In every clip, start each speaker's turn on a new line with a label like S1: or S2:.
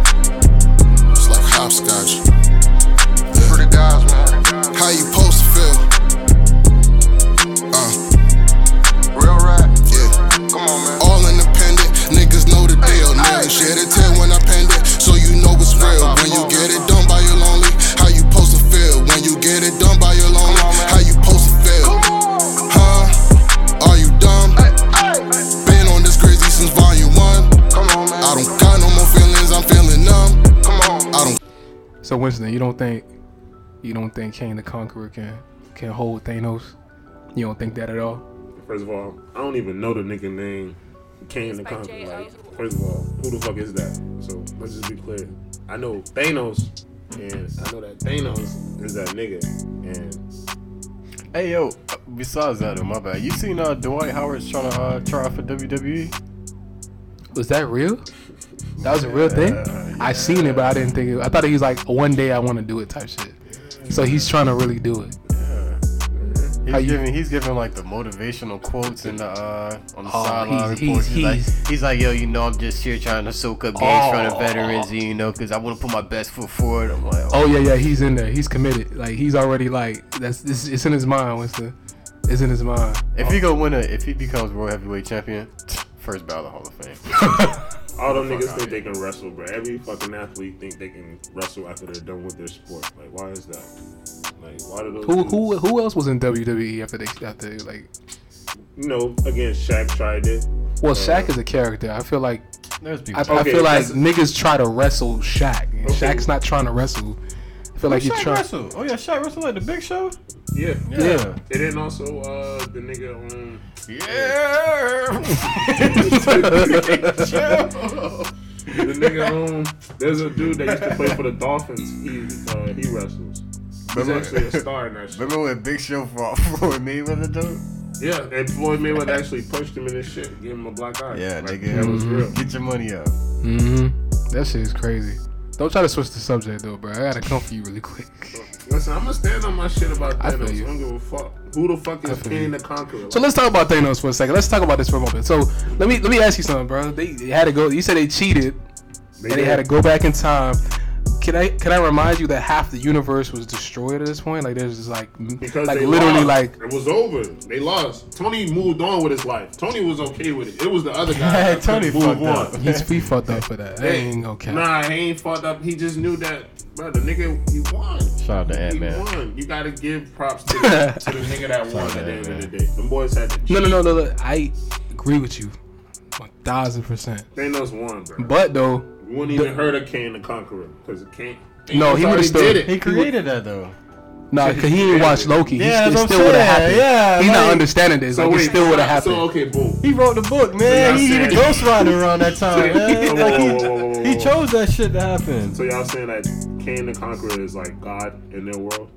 S1: It's like hopscotch. Pretty guys, man. How you supposed to feel? Uh. Real rap. Yeah. Come on, man. All independent. Niggas know the deal. Niggas shed a 10 when I penned it. So you know it's real. When you get it done by your lonely, how you supposed to feel? When you get it done by your lonely, how you supposed to feel? Huh? Are you dumb? Been on this crazy since volume one. I don't got no more feelings, I'm feeling numb. I don't
S2: So Winston, you don't think you don't think Kane the Conqueror can can hold Thanos? You don't think that at all?
S3: First of all, I don't even know the nigga name. Kane the
S4: by
S3: Conqueror.
S4: J.O.
S3: Like, first of all, who the fuck is that? So let's just be clear. I know Thanos, and I know that Thanos is that nigga. And
S5: Hey yo, besides that, though, my bad. You seen uh, Dwight Howard's trying to uh, try out for WWE?
S2: Was that real? That was a real thing. I seen it, but I didn't think it. I thought he was like, one day I want to do it type shit. So he's trying to really do it.
S5: He's
S2: How you-
S5: giving he's giving like the motivational quotes in the uh on the
S2: Oh,
S5: sideline
S2: he's-
S5: reports.
S2: he's-
S5: He's, like
S2: he's- Oh.
S5: he's like, yo, you know, I'm just here trying to soak up gains from the veterans, and you know, because I want to put my best foot forward. I'm like,
S2: Oh yeah, yeah, he's in there. He's committed. Like he's already like that's this. It's in his mind, Winston. It's in his mind.
S5: if he go win a, if he becomes world heavyweight champion, first ballot Hall of Fame.
S3: all them niggas think they can wrestle, bro. Every fucking athlete think they can wrestle after they're done with their sport. Like, why is that? Like, why do those?
S2: Who
S3: dudes-
S2: who who else was in WWE after they after like?
S3: You know, again, Shaq tried it.
S2: Well, Shaq is a character. I feel like
S5: There's people.
S2: I, I
S3: Okay,
S2: feel like
S3: that's-
S2: niggas try to wrestle Shaq. and
S3: Okay.
S2: Shaq's not trying to wrestle. I feel like he's trying.
S5: Oh yeah, Shaq Russell like the Big Show.
S3: Yeah.
S2: Yeah.
S3: And then also uh, the nigga on.
S5: Yeah.
S3: The nigga, um, there's a dude that used to play for the Dolphins. He uh, he wrestles. He's
S5: Remember-
S3: actually a star in that shit.
S5: Remember when Big Show fought for me with the dude?
S3: Yeah, and Floyd Mayweather actually punched him in his shit, gave him a black eye.
S5: Yeah,
S3: like,
S5: nigga.
S3: that was real.
S5: Get your money up.
S2: Mm-hmm. That shit is crazy. Don't try to switch the subject though, bro. I gotta come for you really quick.
S3: Listen, I'm gonna stand on my shit about
S2: I
S3: that. I
S2: feel you.
S3: don't give a fuck. Who the fuck
S2: I
S3: is
S2: feel
S3: King
S2: you.
S3: the Conqueror?
S2: So let's talk about Thanos for a second. Let's talk about this for a moment. So let me let me ask you something, bro. They, they had to go. You said they cheated
S3: They
S2: and they
S3: did.
S2: had to go back in time. Can I can I remind you that half the universe was destroyed at this point? Like there's just like m-
S3: because
S2: like
S3: they
S2: literally
S3: lost.
S2: like
S3: it was over. They lost. Tony moved on with his life. Tony was okay with it. It was the other guy.
S5: Yeah,
S3: that
S5: Tony
S3: couldn't move
S5: fucked up.
S3: on.
S2: he's we fucked up for that. That ain't okay.
S3: Nah, he ain't fucked up. He just knew that, bro. The nigga, he won.
S5: Shout out to
S3: He
S5: Ant-Man.
S3: won. You gotta give props to the, to the nigga that won at the end of the day. Them boys had to.
S2: No no no no. no. I agree with you, one thousand percent.
S3: Thanos won, bro.
S2: But though,
S3: You wouldn't even heard of Kane the Conqueror because Kane.
S2: No, he would've
S3: Thanos already
S2: still-
S3: did it.
S5: He created that though.
S2: nah, cause he didn't watch Loki.
S5: Yeah,
S2: he
S5: that's
S2: st- it
S5: what I'm
S2: still would have
S5: saying.
S2: happened.
S5: Yeah,
S2: he's not
S5: like-
S2: understanding this. like it still would have happened.
S3: So okay, boom.
S5: He wrote the book, man.
S3: y'all
S5: He, he the
S3: saying-
S5: Ghost Rider around that time,
S3: Whoa,
S5: man.
S3: whoa,
S5: Like,
S3: whoa, whoa, whoa,
S5: he, he
S3: whoa.
S5: chose that shit to happen.
S3: So y'all saying that Kane the Conqueror is like God in their world?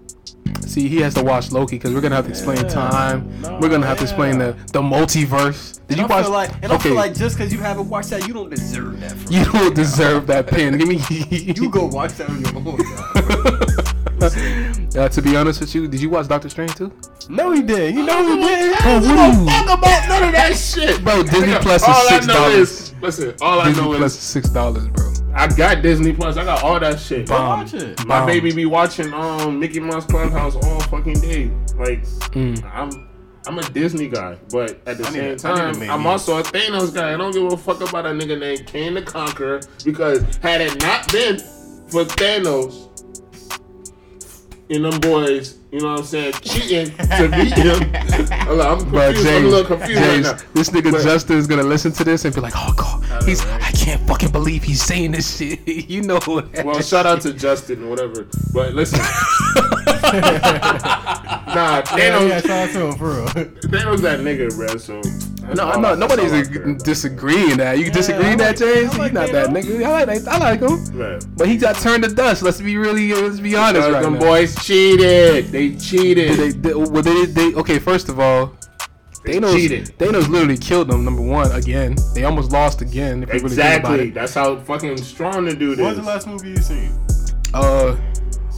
S2: See, he has to watch Loki because we're gonna have to explain time. we're gonna have to explain the the multiverse. Did you
S5: And I
S2: watch?
S5: feel like, and I
S2: okay,
S5: feel like just because you haven't watched that, you don't deserve that. From
S2: you don't deserve that pin. Give me.
S5: you go watch that on your own.
S2: Uh, to be honest with you, did you watch Doctor Strange too?
S5: no, he did. You know he did.
S2: Bro,
S3: about none of that shit,
S2: Disney Plus is
S3: all
S2: six
S3: I know
S2: dollars.
S3: is listen. All I know
S2: Disney Plus is
S3: is
S2: six dollars, bro.
S3: I got Disney Plus. I got all that shit.
S2: Bomb.
S5: Watch it.
S3: My
S2: Bomb.
S3: baby be watching um Mickey Mouse Clubhouse all fucking day. Like
S5: Mm.
S3: I'm. I'm a Disney guy, but at the
S5: I need
S3: same
S5: a- I need a
S3: time,
S5: maybe.
S3: I'm also a Thanos guy. I don't give a fuck about a nigga named Kane the Conqueror because had it not been for Thanos and them boys, you know what I'm saying, cheating to beat him, I'm, like, I'm confused.
S2: Bro,
S3: I'm a
S2: James,
S3: little confused
S2: James,
S3: right now.
S2: this nigga
S3: But-
S2: Justin is gonna listen to this and be like, "Oh God, he's I can't fucking believe he's saying this shit." you know. that.
S3: Well, shout out to Justin, whatever. But listen, nah,
S5: Yeah,
S3: Thanos,
S5: yeah, shout out to him for real.
S3: Thanos that nigga, bruh. So that's
S2: No,
S3: all-
S2: no,
S3: that's
S2: nobody's
S3: all I care
S2: ag-
S3: about.
S2: disagreeing that. You disagree
S5: I
S2: that,
S5: like-
S2: James?
S5: I like
S2: he not that
S5: Thanos.
S2: nigga. I like, that- I like him,
S3: Man.
S2: but he got turned to dust. Let's be really, let's be honest,
S3: Because
S2: right
S3: them
S2: now.
S3: boys cheated. They cheated.
S2: They, they, well, they, they, okay. First of all,
S3: They
S2: Thanos,
S3: cheated.
S2: Thanos literally killed them. Number one, again, they almost lost again. If you
S3: exactly.
S2: Really think
S3: That's how fucking strong the dude
S5: What's
S3: is.
S5: the last movie you seen?
S2: about it. Uh,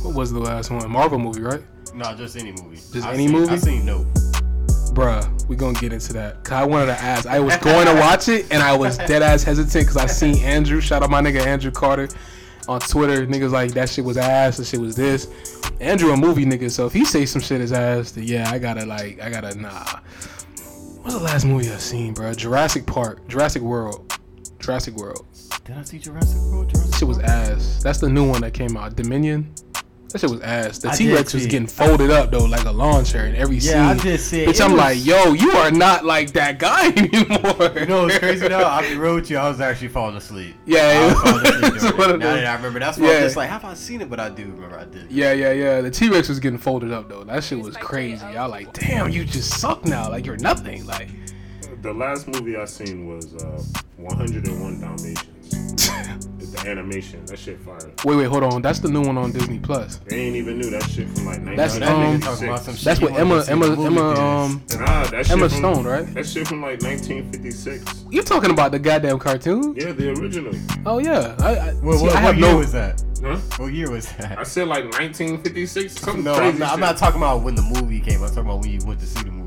S2: what was the last one? Marvel movie, right?
S5: Nah, just any movie.
S2: Just
S5: I
S2: any
S5: seen,
S2: movie?
S5: I seen Nope.
S2: Bruh, we gonna get into that. Cause I wanted to ask. I was going to watch it and I was dead ass hesitant because I seen Andrew. Shout out my nigga Andrew Carter on Twitter. Niggas like that shit was ass. That shit was this. Andrew a movie nigga, so if he say some shit is ass, then yeah, I gotta like, I gotta nah. What's the last movie I seen, bruh? Jurassic Park, Jurassic World, Jurassic World.
S5: Did I see Jurassic World? Jurassic
S2: That shit was
S5: World?
S2: ass. That's the new one that came out. Dominion. That shit was ass. The
S5: I
S2: T Rex
S5: did
S2: was
S5: see
S2: getting
S5: it.
S2: folded up though, like a lawn chair in every
S5: Yeah, I
S2: scene.
S5: did see it.
S2: Bitch,
S5: It
S2: I'm
S5: was-
S2: like, yo, you are not like that guy anymore.
S5: You know what's crazy though? I'll be real with you. I was actually falling asleep.
S2: Yeah,
S5: I was
S2: it
S5: falling asleep
S2: was
S5: during
S2: one
S5: it.
S2: of
S5: Now
S2: those-
S5: that I remember, that's why
S2: Yeah.
S5: I'm just like, have I seen it? But I do remember I did.
S2: Yeah, yeah, yeah. The T Rex was getting folded up though. That shit was crazy. I was like, damn, you just suck now. Like you're nothing. Like
S3: The last movie I seen was uh, 101 Dalmatians. It's the animation. That shit fire.
S2: wait, wait, hold on. That's the new one on Disney Plus.
S3: They ain't even knew that shit from like
S2: That's,
S5: That nigga
S3: 1996.
S5: talking about some shit.
S2: That's
S5: he
S2: what
S5: wanted to
S2: Emma,
S5: see in
S2: Emma,
S5: the movie
S2: Emma.
S5: theaters.
S2: Um,
S3: Nah, that shit
S2: Emma
S3: from-
S2: Stone, right?
S3: That shit from like 1956.
S2: you're talking about the goddamn cartoon?
S3: Yeah, the original.
S2: Oh yeah. I, I,
S5: What,
S2: see,
S5: what,
S2: I
S5: what
S2: have
S5: year
S2: no.
S5: was that?
S3: Huh?
S5: What year was
S3: I
S5: that?
S3: said like 1956. Something
S5: No,
S3: crazy.
S5: I'm not, I'm
S3: shit.
S5: not talking about when the movie came. I'm talking about when you went to see the movie.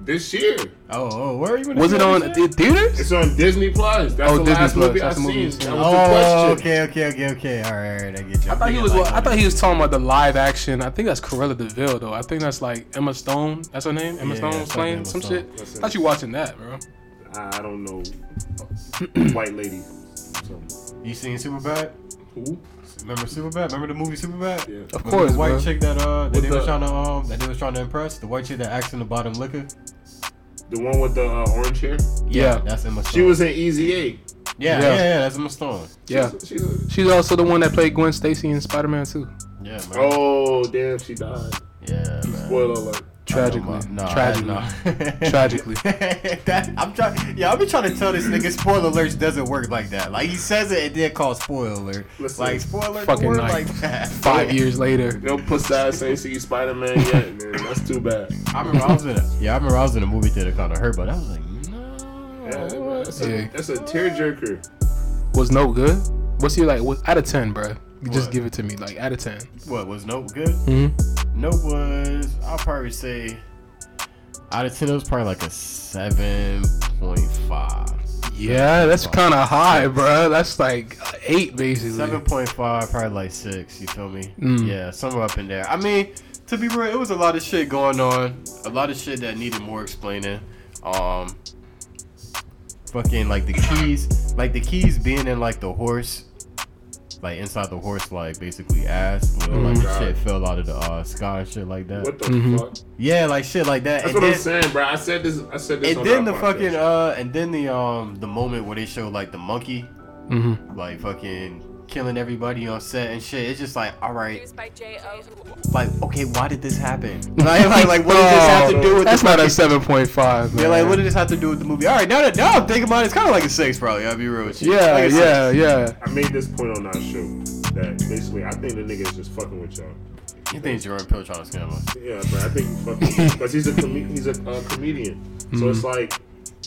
S3: This year,
S5: Oh, oh, where are you? in the
S2: Was it
S5: theater
S2: on
S5: you said?
S2: the theaters?
S3: it's on Disney Plus. That's
S2: Oh,
S3: the
S2: Disney
S3: last
S2: Plus.
S3: movie
S2: That's
S3: I
S2: the movie
S3: seen.
S2: you
S3: That
S2: seen.
S3: was
S5: Oh,
S3: the question.
S5: okay, okay, okay, okay. All right, all right, I get you.
S2: I thought he was. well, I thought he was talking about the live action. I think that's Corella Deville though. I think that's like Emma Stone. That's her name. Emma
S5: Yeah,
S2: Stone was
S5: that's
S2: playing
S5: Emma
S2: some
S5: Stone.
S2: shit.
S3: That's
S2: I
S3: it.
S2: thought you watching that, bro.
S3: I don't know. White lady. So,
S5: You seen Superbad?
S3: who?
S5: Remember Superbad? Remember the movie Superbad?
S3: Yeah.
S2: Of
S5: Remember
S2: course,
S5: the white
S2: bro.
S5: chick that uh that
S3: What's
S5: they was
S3: up?
S5: trying to um that they was trying to impress the white chick that acts in the bottom liquor.
S3: The one with the uh, orange hair.
S2: Yeah,
S5: That's Emma Stone.
S3: She was in Easy A.
S2: Yeah.
S5: yeah, yeah, yeah. That's Emma Stone.
S2: yeah.
S3: She's a-
S2: She's also the one that played Gwen Stacy in Spider Man too.
S5: Yeah, man.
S3: Oh damn, she died.
S5: yeah, man.
S3: Spoiler alert.
S2: Tragically,
S5: No,
S2: tragically. Tragically.
S5: that, I'm trying. Yeah, I've been trying to tell this nigga spoiler alerts doesn't work like that. Like he says it and then calls spoiler alert.
S3: Listen,
S5: like spoiler alert
S2: fucking
S5: don't work
S2: night.
S5: like that.
S2: Five years later,
S3: No puss ass ain't see Spider Man yet, man. That's too bad.
S5: I remember I was in. A, yeah, I remember I was in a movie theater kind of hurt, but I was like, no.
S3: Yeah, man, that's,
S2: Oh, Yeah.
S3: a, that's a tearjerker.
S2: was no good. What's your like? What, out of ten, bro? You just
S5: What?
S2: give it to me, like out of ten.
S5: What was Nope good?
S2: Mm-hmm.
S5: Nope was I'll probably say out of ten, it was probably like a seven point five.
S2: Yeah, that's kind of high, bro. That's like eight basically.
S5: Seven point five, probably like six. You feel me?
S2: Mm.
S5: Yeah, somewhere up in there. I mean, to be real, it was a lot of shit going on. A lot of shit that needed more explaining. Um, fucking like the keys, like the keys being in like the horse, like inside the horse, like basically ass. When, Like
S3: Mhm.
S5: shit fell out of the uh, sky and shit like that.
S3: What the
S2: Mhm.
S3: fuck?
S5: Yeah, like shit like that.
S3: That's
S5: And
S3: what I'm
S5: then-
S3: saying, bro. I said this. I said this.
S5: and
S3: on
S5: then
S3: our
S5: the
S3: podcast.
S5: fucking uh, and then the um, the moment where they show like the monkey,
S2: hmm
S5: like fucking killing everybody on set and shit. It's just like, all right,
S4: Produced by J.O.
S5: like okay, why did this happen? Like, like, like what does this have to do with?
S2: Oh, That's
S5: the
S2: not a
S5: fucking-
S2: seven point five.
S5: Yeah, like what did this have to do with the movie? All right, now that now I'm thinking about it, it's kind of like a six, probably. I'll be real with you.
S2: Yeah,
S5: Like a six.
S2: yeah, yeah.
S5: uh,
S3: I made this point on our show that basically I think the nigga is just fucking with y'all.
S5: You think Jordan Peele trying to scam us?
S3: Yeah, bro. I think he fucking because he's a com- he's a uh, comedian. So
S2: Mm-hmm.
S3: it's like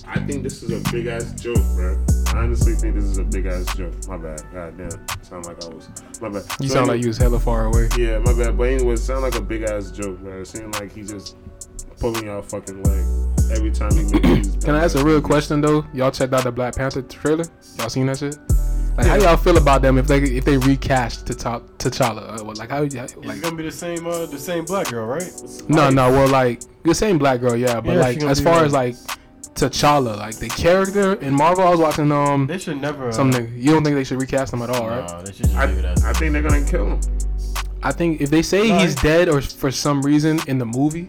S3: I think this is a big ass joke, bro. I honestly think this is a big ass joke. My bad. God damn. Sound like I was. My bad.
S2: You sound
S3: So anyway-
S2: like you was hella far away.
S3: Yeah, my bad. But anyway, it sound like a big ass joke, man. It seemed like he just pulling y'all fucking leg every time he makes these.
S2: Can I ask a real question though? Y'all checked out the Black Panther trailer? Y'all seen that shit? Like, how y'all feel about them if they if they recast to top T'Challa? Uh, what- Like, how y'all- like?
S5: it's gonna be the same, uh, the same black girl, right?
S2: No, no. Well, like the same black girl, yeah. But
S5: Yeah, she
S2: like,
S5: gonna
S2: as
S5: be
S2: far
S5: like-
S2: as like T'Challa, like the character in Marvel, I was watching um
S5: They should never. Uh,
S2: something. You don't think they should recast him at all, right?
S5: Nah, they should just
S3: I,
S5: leave it as.
S3: I think they're gonna kill him.
S2: I think if they say
S5: No,
S2: he's
S5: they-
S2: dead or for some reason in the movie,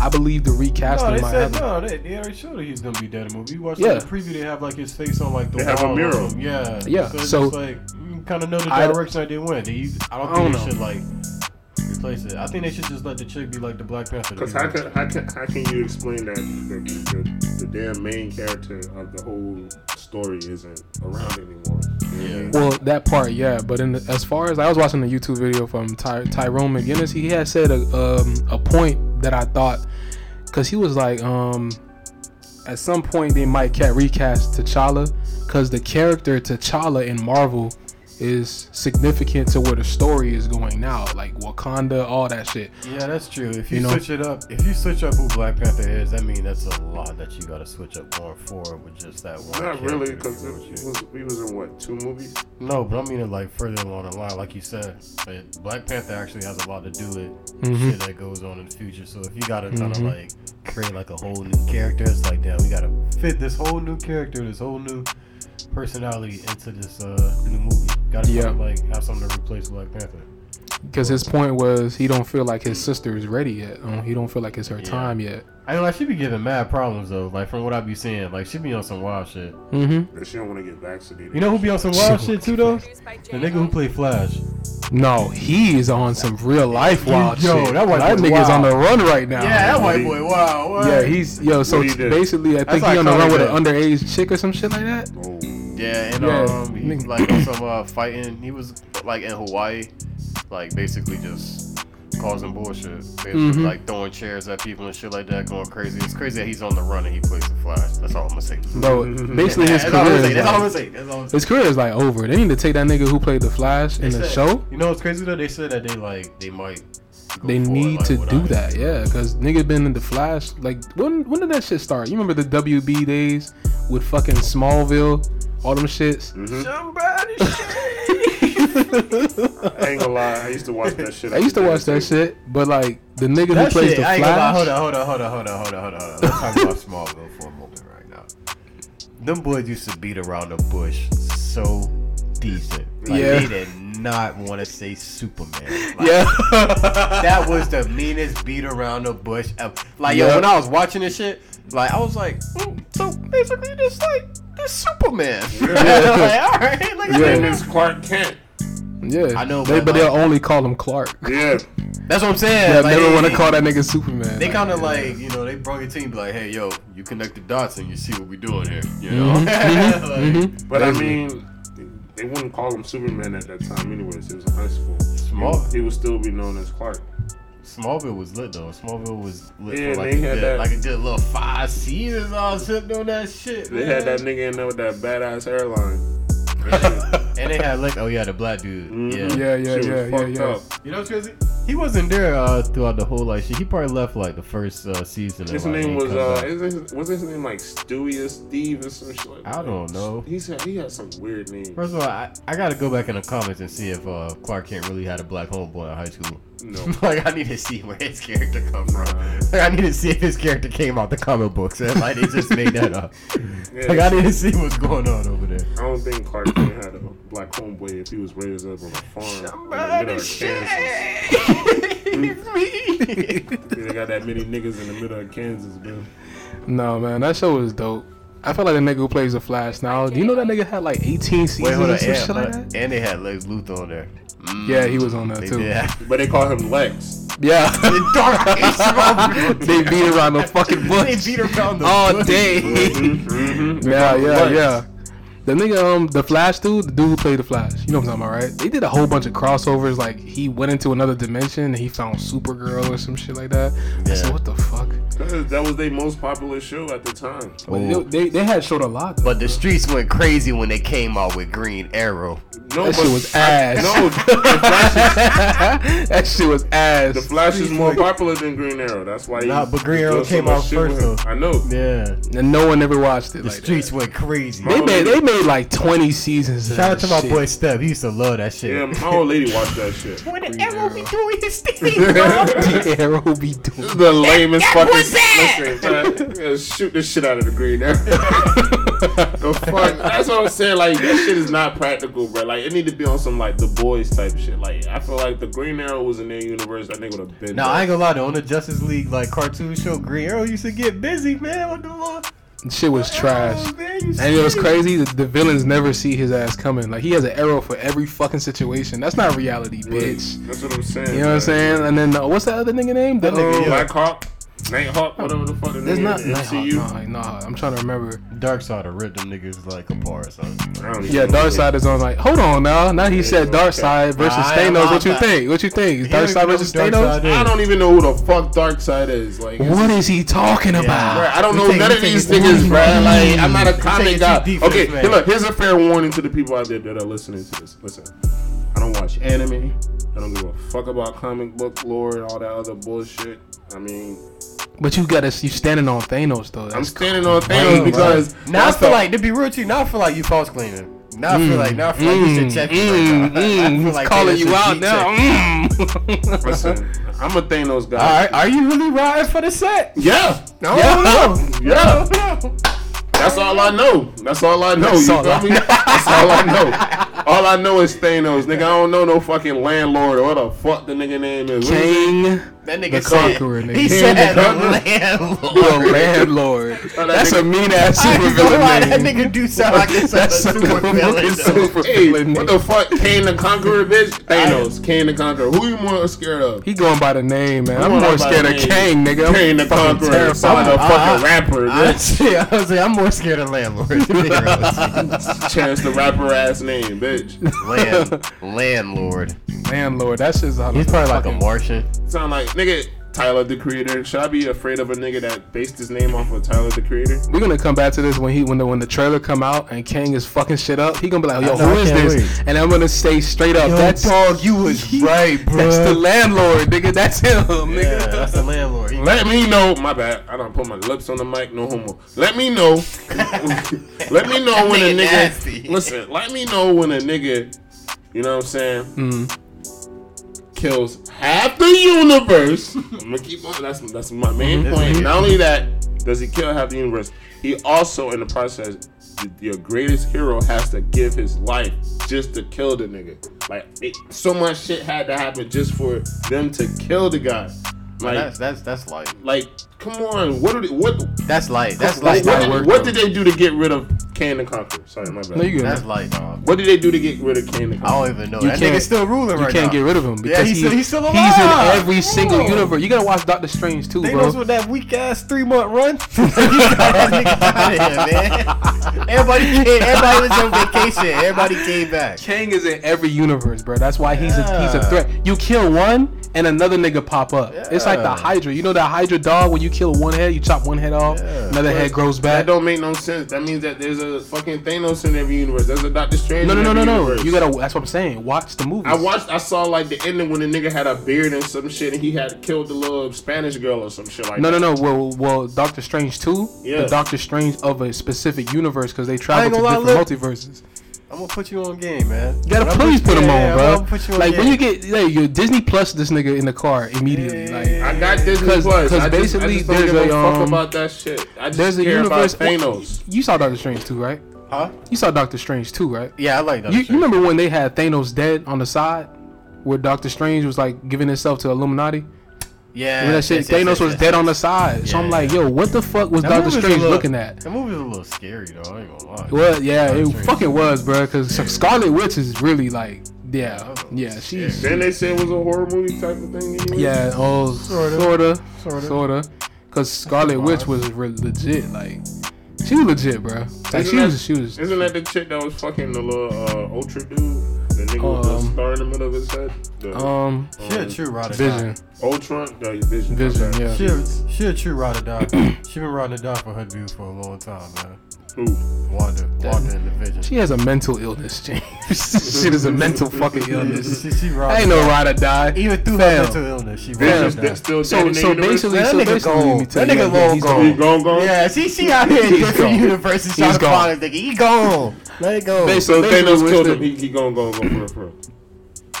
S2: I believe the recasting
S5: No, they
S2: might
S5: said
S2: happen.
S5: no. They, they already showed that he's gonna be dead in the movie. You watch
S2: Yeah.
S5: like, the preview. They have like his face on like the
S3: They
S5: wall.
S3: have a mural.
S5: of him. Yeah.
S2: Yeah,
S5: So, it's
S2: so-
S5: just, like you kind of know the
S2: I-
S5: direction that they went. They, I don't
S2: I
S5: think
S2: don't
S5: they should like replace it. I think they should just let the chick be like the Black Panther.
S3: Cause how can how can how can you explain that the, the, the damn main character of the whole story isn't around anymore?
S5: Yeah.
S2: Well, that part, yeah. But in the, as far as I was watching a YouTube video from Ty, Tyrone McGinnis, he had said a, um, a point that I thought, because he was like, um, at some point they might ca- recast T'Challa, because the character T'Challa in Marvel is significant to where the story is going now, like Wakanda, all that shit.
S5: Yeah, that's true. If you,
S2: You know-
S5: switch it up, if you switch up who Black Panther is, that means that's a lot that you got to switch up going forward with just that one.
S3: Not
S5: character,
S3: really,
S5: if
S3: because
S5: you
S3: he
S5: want to.
S3: was, he was in what two movies?
S5: no, but I mean it like further along the line, like you said, but Black Panther actually has a lot to do with
S2: Mhm.
S5: shit that goes on in the future. So if you got to kind of like create like a whole new character, it's like damn, we got to fit this whole new character, this whole new personality into this uh new movie. Got to
S2: Yeah.
S5: like have something to replace Black Panther.
S2: Because his point was he don't feel like his sister is ready yet. Um, He don't feel like it's her time yet.
S5: I know like she be giving mad problems though. Like from what I be seeing, like she be on some wild shit.
S2: Mm-hmm.
S3: That she don't want to get vaccinated.
S5: You know who be on some wild shit too though?
S4: Produced by
S5: The nigga who played Flash.
S2: No, he is on some real life wild
S5: yo,
S2: shit.
S5: that white boy
S2: nigga's on
S5: wild.
S2: the run right now.
S3: white boy,
S5: Wow.
S2: Yeah, he's yo. So
S3: What he did?
S2: basically, I think
S5: That's
S2: he on the
S5: iconic,
S2: run with an
S5: though.
S2: underage chick or some shit like that.
S3: Oh,
S5: Yeah, and
S2: Yeah,
S5: um, he
S2: nigga.
S5: like on some uh, fighting. He was like in Hawaii, like basically just causing bullshit, basically,
S2: Mhm.
S5: like throwing chairs at people and shit like that, going crazy. It's crazy that he's on the run and he plays the Flash. That's all I'm gonna say.
S2: Bro,
S5: Mm-hmm.
S2: basically his
S5: That's all I'm
S2: career.
S5: gonna say.
S2: Is
S5: That's all I'm gonna
S2: like,
S5: say. That's all I'm gonna say.
S2: his career is like over. They need to take that nigga who played the Flash in
S5: They
S2: the
S5: said-
S2: show.
S5: You know what's crazy though? They said that they like they might. go
S2: They
S5: forward,
S2: need
S5: like,
S2: to
S5: without
S2: do
S5: him.
S2: that, yeah. Cause nigga been in the Flash. Like when when did that shit start? You remember the WB days with fucking Smallville, all them shits.
S5: Mm-hmm.
S3: I ain't gonna lie, I used to watch that shit.
S2: I used to watch that shit, but like the nigga who
S5: That
S2: plays
S5: shit,
S2: the
S5: I ain't gonna lie. Hold
S2: Flash.
S5: on, hold on, hold on, hold on, hold on, hold on. Let's talk about Smallville for a moment right now. Them boys used to beat around the bush so decent. Like,
S2: Yeah.
S5: They did not want to say Superman. Like,
S2: Yeah,
S5: That was the meanest beat around the bush ever. Like,
S2: Yeah.
S5: yo, when I was watching this shit, like, I was like, mm, so basically, just like, this Superman. like, all right, like,
S3: Name
S2: yeah,
S3: is Clark Kent.
S2: yeah.
S5: I know,
S2: they, but,
S5: but,
S2: they'll
S5: like-
S2: only call him Clark.
S3: Yeah,
S5: that's what I'm saying.
S2: Yeah,
S5: like,
S2: never
S5: they-
S2: want to
S5: they-
S2: call that nigga Superman.
S5: They
S2: Like,
S5: kind of like, you know, they brought a team, be like, hey, yo, you connect the dots and you see what we doing here, you know?
S2: Mhm, mhm,
S5: Like,
S2: mhm.
S3: but I mean, they wouldn't call him Superman at that time, anyways. He was in high school.
S5: Small,
S3: He would still be known as Clark.
S5: Smallville was lit though. Smallville was lit
S3: Yeah,
S5: for like
S3: they
S5: a
S3: had
S5: good,
S3: that-
S5: like a good little five seasons. I was sipping on that shit.
S3: They had that
S5: man.
S3: nigga in there with that badass hairline.
S5: and they had like, oh yeah, the black dude.
S3: Mhm.
S5: Yeah.
S2: Yeah, yeah,
S3: She
S2: yeah,
S3: was
S2: yeah,
S3: fucked
S2: yeah.
S3: up.
S5: You know what's crazy? He wasn't there uh, throughout the whole like shit. He probably left like the first uh, season.
S3: His
S5: and, like,
S3: name
S5: he
S3: was
S5: come
S3: uh,
S5: back.
S3: his, his, was his name like Stewie or Steve or some shit like that.
S5: I don't know.
S3: He said he had some weird name.
S5: First of all, I, I gotta go back in the comments and see if uh, Clark Kent really had a black homeboy in high school.
S3: No.
S5: like I need to see where his character come from. Like I need to see if his character came out the comic books and like they just made that up.
S3: Yeah,
S5: Like I need to see what's going on over there.
S3: I don't think Clark Kent had a black homeboy if he was raised up on a farm. in the middle of Kansas. They got that many niggas in the middle of Kansas, bro.
S2: No, man, that show was dope. I feel like the nigga who plays the Flash now. Do you know that nigga had like 18 seasons
S5: Wait, hold
S2: or
S5: on.
S2: some
S5: And,
S2: shit like that?
S5: and they had Lex Luthor on there. Mm,
S2: Yeah, he was on that
S5: they
S2: too.
S5: did.
S3: But they call him Lex.
S2: Yeah, they beat around the fucking
S5: they
S2: bush
S5: beat around the
S2: all
S5: bush.
S2: day.
S3: Mm-hmm.
S2: Yeah, yeah, yeah. The nigga, um, the Flash dude, the dude who played the Flash, you know what I'm talking about, right? They did a whole bunch of crossovers. Like he went into another dimension and he found Supergirl or some shit like that. I said,
S5: Yeah.
S2: what the fuck?
S3: That was their most popular show at the time.
S5: Ooh.
S2: They, they had showed a lot. Though.
S5: But the streets went crazy when they came out with Green Arrow.
S3: No,
S2: That
S3: but
S2: shit was ass.
S3: No, the Flash, is,
S2: that shit was ass.
S3: the Flash is more popular than Green Arrow. That's why. he-
S5: Nah, but Green
S3: he
S5: Arrow
S3: does so
S5: came
S3: much
S5: out
S3: shit with
S5: first,
S3: him. I know.
S5: Yeah,
S2: and no one ever watched it.
S5: the
S2: like that.
S5: streets went crazy.
S2: They made they made like 20 seasons. of
S5: Shout out
S2: that
S5: to my
S2: shit.
S5: boy Steph. He used to love that shit.
S3: Yeah, my old lady watched that shit.
S5: When the arrow be doing his thing, bro.
S2: The Arrow be doing.
S3: The lamest fucking.
S4: was it!
S3: Listen, man, yeah, shoot this shit out of the green. Arrow. the fuck. That's what I'm saying. Like that shit is not practical, bro. Like it need to be on some like the boys type shit. Like I feel like the Green Arrow was in their universe. That nigga would have been.
S5: Now
S3: there.
S5: I ain't gonna lie though, on the Justice League like cartoon show, Green Arrow used to get busy, man. What the fuck?
S2: Shit was trash.
S5: Oh, man, you
S2: And it was
S5: serious?
S2: crazy. The, the villains never see his ass coming. Like he has an arrow for every fucking situation. That's not reality, bitch.
S3: That's what I'm saying.
S2: You know what I'm saying? And then uh, what's that other nigga name? The,
S5: nigga,
S2: um,
S5: yeah.
S3: Black Hawk. Nighthawk, whatever the fuck. The
S2: There's
S3: nigga
S2: not
S3: in the MCU.
S2: Nah, nah, I'm trying to remember.
S5: Dark side ripped them niggas like apart. Son.
S3: I don't even
S2: Yeah,
S3: know
S2: Dark
S3: his
S2: Side is on like, hold on now. Now he said Dark Side versus
S5: Nah, I am
S2: Thanos. What you
S5: outside.
S2: think? What you think? Is Dark
S5: don't
S2: Side
S5: know
S2: versus
S5: who Darkseid
S2: Thanos?
S5: is.
S6: I don't even know who the fuck Darkseid is. Like, it's-
S2: What is he talking
S6: Bruh,
S2: about?
S6: I don't
S5: You
S6: know
S5: take-
S6: none
S5: you
S6: of
S5: take
S6: these
S5: it
S6: niggas,
S5: too
S6: bruh. Like, I'm not a
S5: You
S6: comic
S5: take it
S6: guy.
S5: too deep,
S6: Okay,
S5: man.
S6: here,
S3: Look,
S6: look.
S3: here's a fair warning to the people out there that are listening to this. Listen, I don't watch anime. I don't give a fuck about comic book lore and all that other bullshit. I mean,
S2: But you got to you standing on Thanos though.
S3: I'm
S2: That's
S3: standing on Thanos because
S5: Now I
S3: that's
S5: feel
S3: the-
S5: like to be real to you. Now I feel like you false cleaning. Now I feel like now I feel like you should check me
S2: Mm,
S5: right now. I
S2: mm,
S5: feel
S2: he's
S5: like
S2: calling
S5: Thanos
S2: you
S5: should
S2: out
S5: be
S2: now.
S5: checked.
S2: Mm.
S3: Listen, I'm a Thanos guy.
S5: uh-huh. All right, are you really riding for the set?
S3: Yeah,
S5: No,
S2: Yeah.
S3: yeah. That's all I know. That's all I know.
S2: That's
S3: you
S2: all
S3: feel
S2: I-
S3: me? That's all I know. All I know is Thanos, nigga. I don't know no fucking landlord or what the fuck the nigga name is. What is it?
S2: King,
S5: That nigga
S2: The
S5: said
S2: Conqueror, nigga.
S3: King
S5: he
S3: the
S5: said the
S3: Conqueror.
S2: the
S5: landlord.
S2: landlord.
S3: Oh, that
S2: That's a
S3: nigga-
S2: mean ass
S5: I ain't gonna lie,
S2: supervillain
S5: that
S2: name.
S5: nigga do sound like it's a
S2: That's a
S5: super villain. though.
S2: super
S3: Hey,
S2: villain
S3: what
S2: name.
S3: the fuck? Kane the Conqueror, bitch. Thanos, Kane the Conqueror. Who you more scared of?
S2: He going by the name, man. I'm
S3: going
S2: more
S3: by
S2: scared
S3: the
S2: of
S3: name.
S2: King, nigga. I'm
S3: Kane the
S2: fucking
S3: Conqueror,
S2: terrified.
S3: son of a fucking
S5: I-
S3: rapper. bitch.
S5: Honestly, I was like, I'm more scared of landlord. to be real with
S3: Chance the rapper ass name, bitch.
S5: you. Land, landlord.
S2: Landlord, that shit's out of
S5: He's probably like a
S2: fucking-
S5: Martian.
S3: Sound like nigga Tyler the Creator. Should I be afraid of a nigga that based his name off of Tyler the Creator?
S2: We're gonna come back to this when he when the when the trailer come out and Kang is fucking shit up. He gonna be like, yo,
S5: I know,
S2: who
S5: I
S2: is
S5: can't
S2: this?
S5: wait.
S2: And I'm gonna say straight up, that's
S5: dog, you was right, bro.
S2: that's the landlord, nigga. That's him,
S5: yeah,
S2: nigga.
S5: that's the landlord. He-
S3: Let me know. My bad. I don't put my lips on the mic. No homo. Let me know. let me know when a nigga.
S5: Nigga nasty.
S3: Listen. Let me know when a nigga. You know what I'm saying? Kills half the universe. I'm gonna keep on. That's that's my main point. Not only that, does he kill half the universe? He also, in the process, y- your greatest hero has to give his life just to kill the nigga. Like it, so much shit had to happen just for them to kill the guy. Like
S5: That's that's that's light.
S3: like, come on, what are they, what?
S5: That's light. That's
S3: Like,
S5: light.
S3: what,
S5: dog.
S3: did,
S2: work,
S3: what
S2: though.
S3: did they do to get rid of Kane the Conqueror? Sorry, my bad.
S2: No, you good. Oh,
S5: That's
S2: man.
S5: light, dog.
S3: what did they do to get rid of Kane the
S5: I
S3: Conqueror?
S5: don't even know.
S2: You
S5: that
S2: can't-
S5: nigga's still ruling
S2: You
S5: right
S2: can't
S5: now.
S2: get rid of him because
S5: he's
S2: he-
S5: still- he's still
S2: He's
S5: alive.
S2: in every single
S5: Come on.
S2: universe. You gotta watch Doctor Strange too,
S5: They
S2: bro.
S5: knows with that weak ass three month run. He got that nigga outta here, man. Everybody came, everybody was on vacation. Everybody came back.
S2: Kang is in every universe, bro. That's why he's a he's a
S5: Yeah.
S2: threat. You kill one and another nigga pop up. It's like the
S5: Yeah.
S2: Hydra. You know that Hydra dog when you kill one head, you chop one head off,
S5: Yeah.
S2: another head grows
S3: That
S2: back.
S3: don't make no sense. That means that there's a fucking Thanos in every universe. There's a Doctor Strange.
S2: No, no,
S3: in
S2: no, no,
S3: every
S2: no.
S3: universe.
S2: You gotta. That's what I'm saying. Watch the movie.
S3: I watched. I saw like the ending when the nigga had a beard and some shit, and he had killed the little Spanish girl or some shit like
S2: No,
S3: that.
S2: no, no. Well, well, Doctor Strange two.
S3: Yeah.
S2: The Doctor Strange of a specific universe because they
S5: I
S2: travel
S5: ain't
S2: to
S5: gonna
S2: different
S5: lie,
S2: multiverses.
S5: I'm gonna put you on game, man.
S2: You gotta
S5: When I
S2: please put him
S5: yeah,
S2: on,
S5: yeah,
S2: bro.
S5: I'm gonna put you on
S2: like
S5: game.
S2: when you get like your Disney Plus this nigga in the car immediately.
S5: Yeah,
S2: like
S5: yeah,
S3: I got Disney
S2: 'Cause-
S3: Plus.
S2: 'cause
S3: I just, I
S2: basically
S3: just don't
S2: there's
S3: give a,
S2: a,
S3: fuck
S2: um,
S3: about that shit. I just
S2: there's a
S3: care
S2: universe.
S3: about Thanos.
S2: You saw Doctor Strange too, right?
S5: huh?
S2: You saw Doctor Strange too, right?
S5: Yeah, I like that.
S2: You, you remember when they had Thanos dead on the side, where Doctor Strange was like giving himself to Illuminati?
S5: Yeah,
S2: Remember that shit?
S5: yes, yes,
S2: Thanos
S5: yes,
S2: was
S5: yes,
S2: dead
S5: yes.
S2: on the side. so
S5: Yeah,
S2: I'm like, yo, what the fuck was
S5: That
S2: Doctor
S5: movie's a
S2: Strange
S5: little-
S2: looking at?
S5: That movie was a little scary, though. I ain't gonna lie.
S2: Well, yeah, it
S5: Strange.
S2: fucking was, bro. Because Scarlet Witch is really like, yeah,
S5: Yeah,
S2: yeah, she's
S3: Then they said it was a horror movie type of thing. Anyway.
S2: yeah, oh,
S5: Sorta.
S2: sorta,
S5: Sorta.
S2: sorta. Because Scarlet Witch was re- legit, like, she was legit, bro. Like she
S3: Isn't
S2: was,
S3: that-
S2: she was.
S3: Isn't that the chick that was fucking the little uh, ultra dude? The nigga with the
S2: Um,
S3: star in the middle of his head? The
S2: Um,
S5: she a true ride or
S2: Vision,
S5: die.
S3: Ultron? No, Vision.
S2: Vision,
S3: okay.
S2: yeah.
S5: She a, she a true ride or die. she been riding the die for her dude for a long time, man.
S3: Ooh.
S5: Wanda, Wanda in the vision.
S2: She has a mental illness, James. Shit is a mental fucking illness.
S5: she, she ride or
S2: I ain't no
S5: die.
S2: ride or die.
S5: Even through
S2: Fam.
S5: her mental illness, she
S3: Vision's
S5: ride or die.
S3: de- still
S2: So,
S3: dead in
S2: so
S3: the universe?
S2: basically,
S5: That
S2: so
S5: nigga
S2: basically,
S5: gone.
S2: let me tell
S5: That
S2: you,
S5: nigga
S2: yeah,
S5: long
S2: he's
S5: gone.
S3: You gone, gone?
S5: Yeah, she she out here in
S2: He's
S5: different
S2: gone.
S5: universes
S2: He's
S5: trying to
S2: gone.
S5: find this nigga. He gone. Let it go.
S2: Basi-
S3: So
S2: basically
S3: Thanos
S2: what's
S3: killed
S2: the-
S3: him. He, he gone, gone, gone, for real, for real.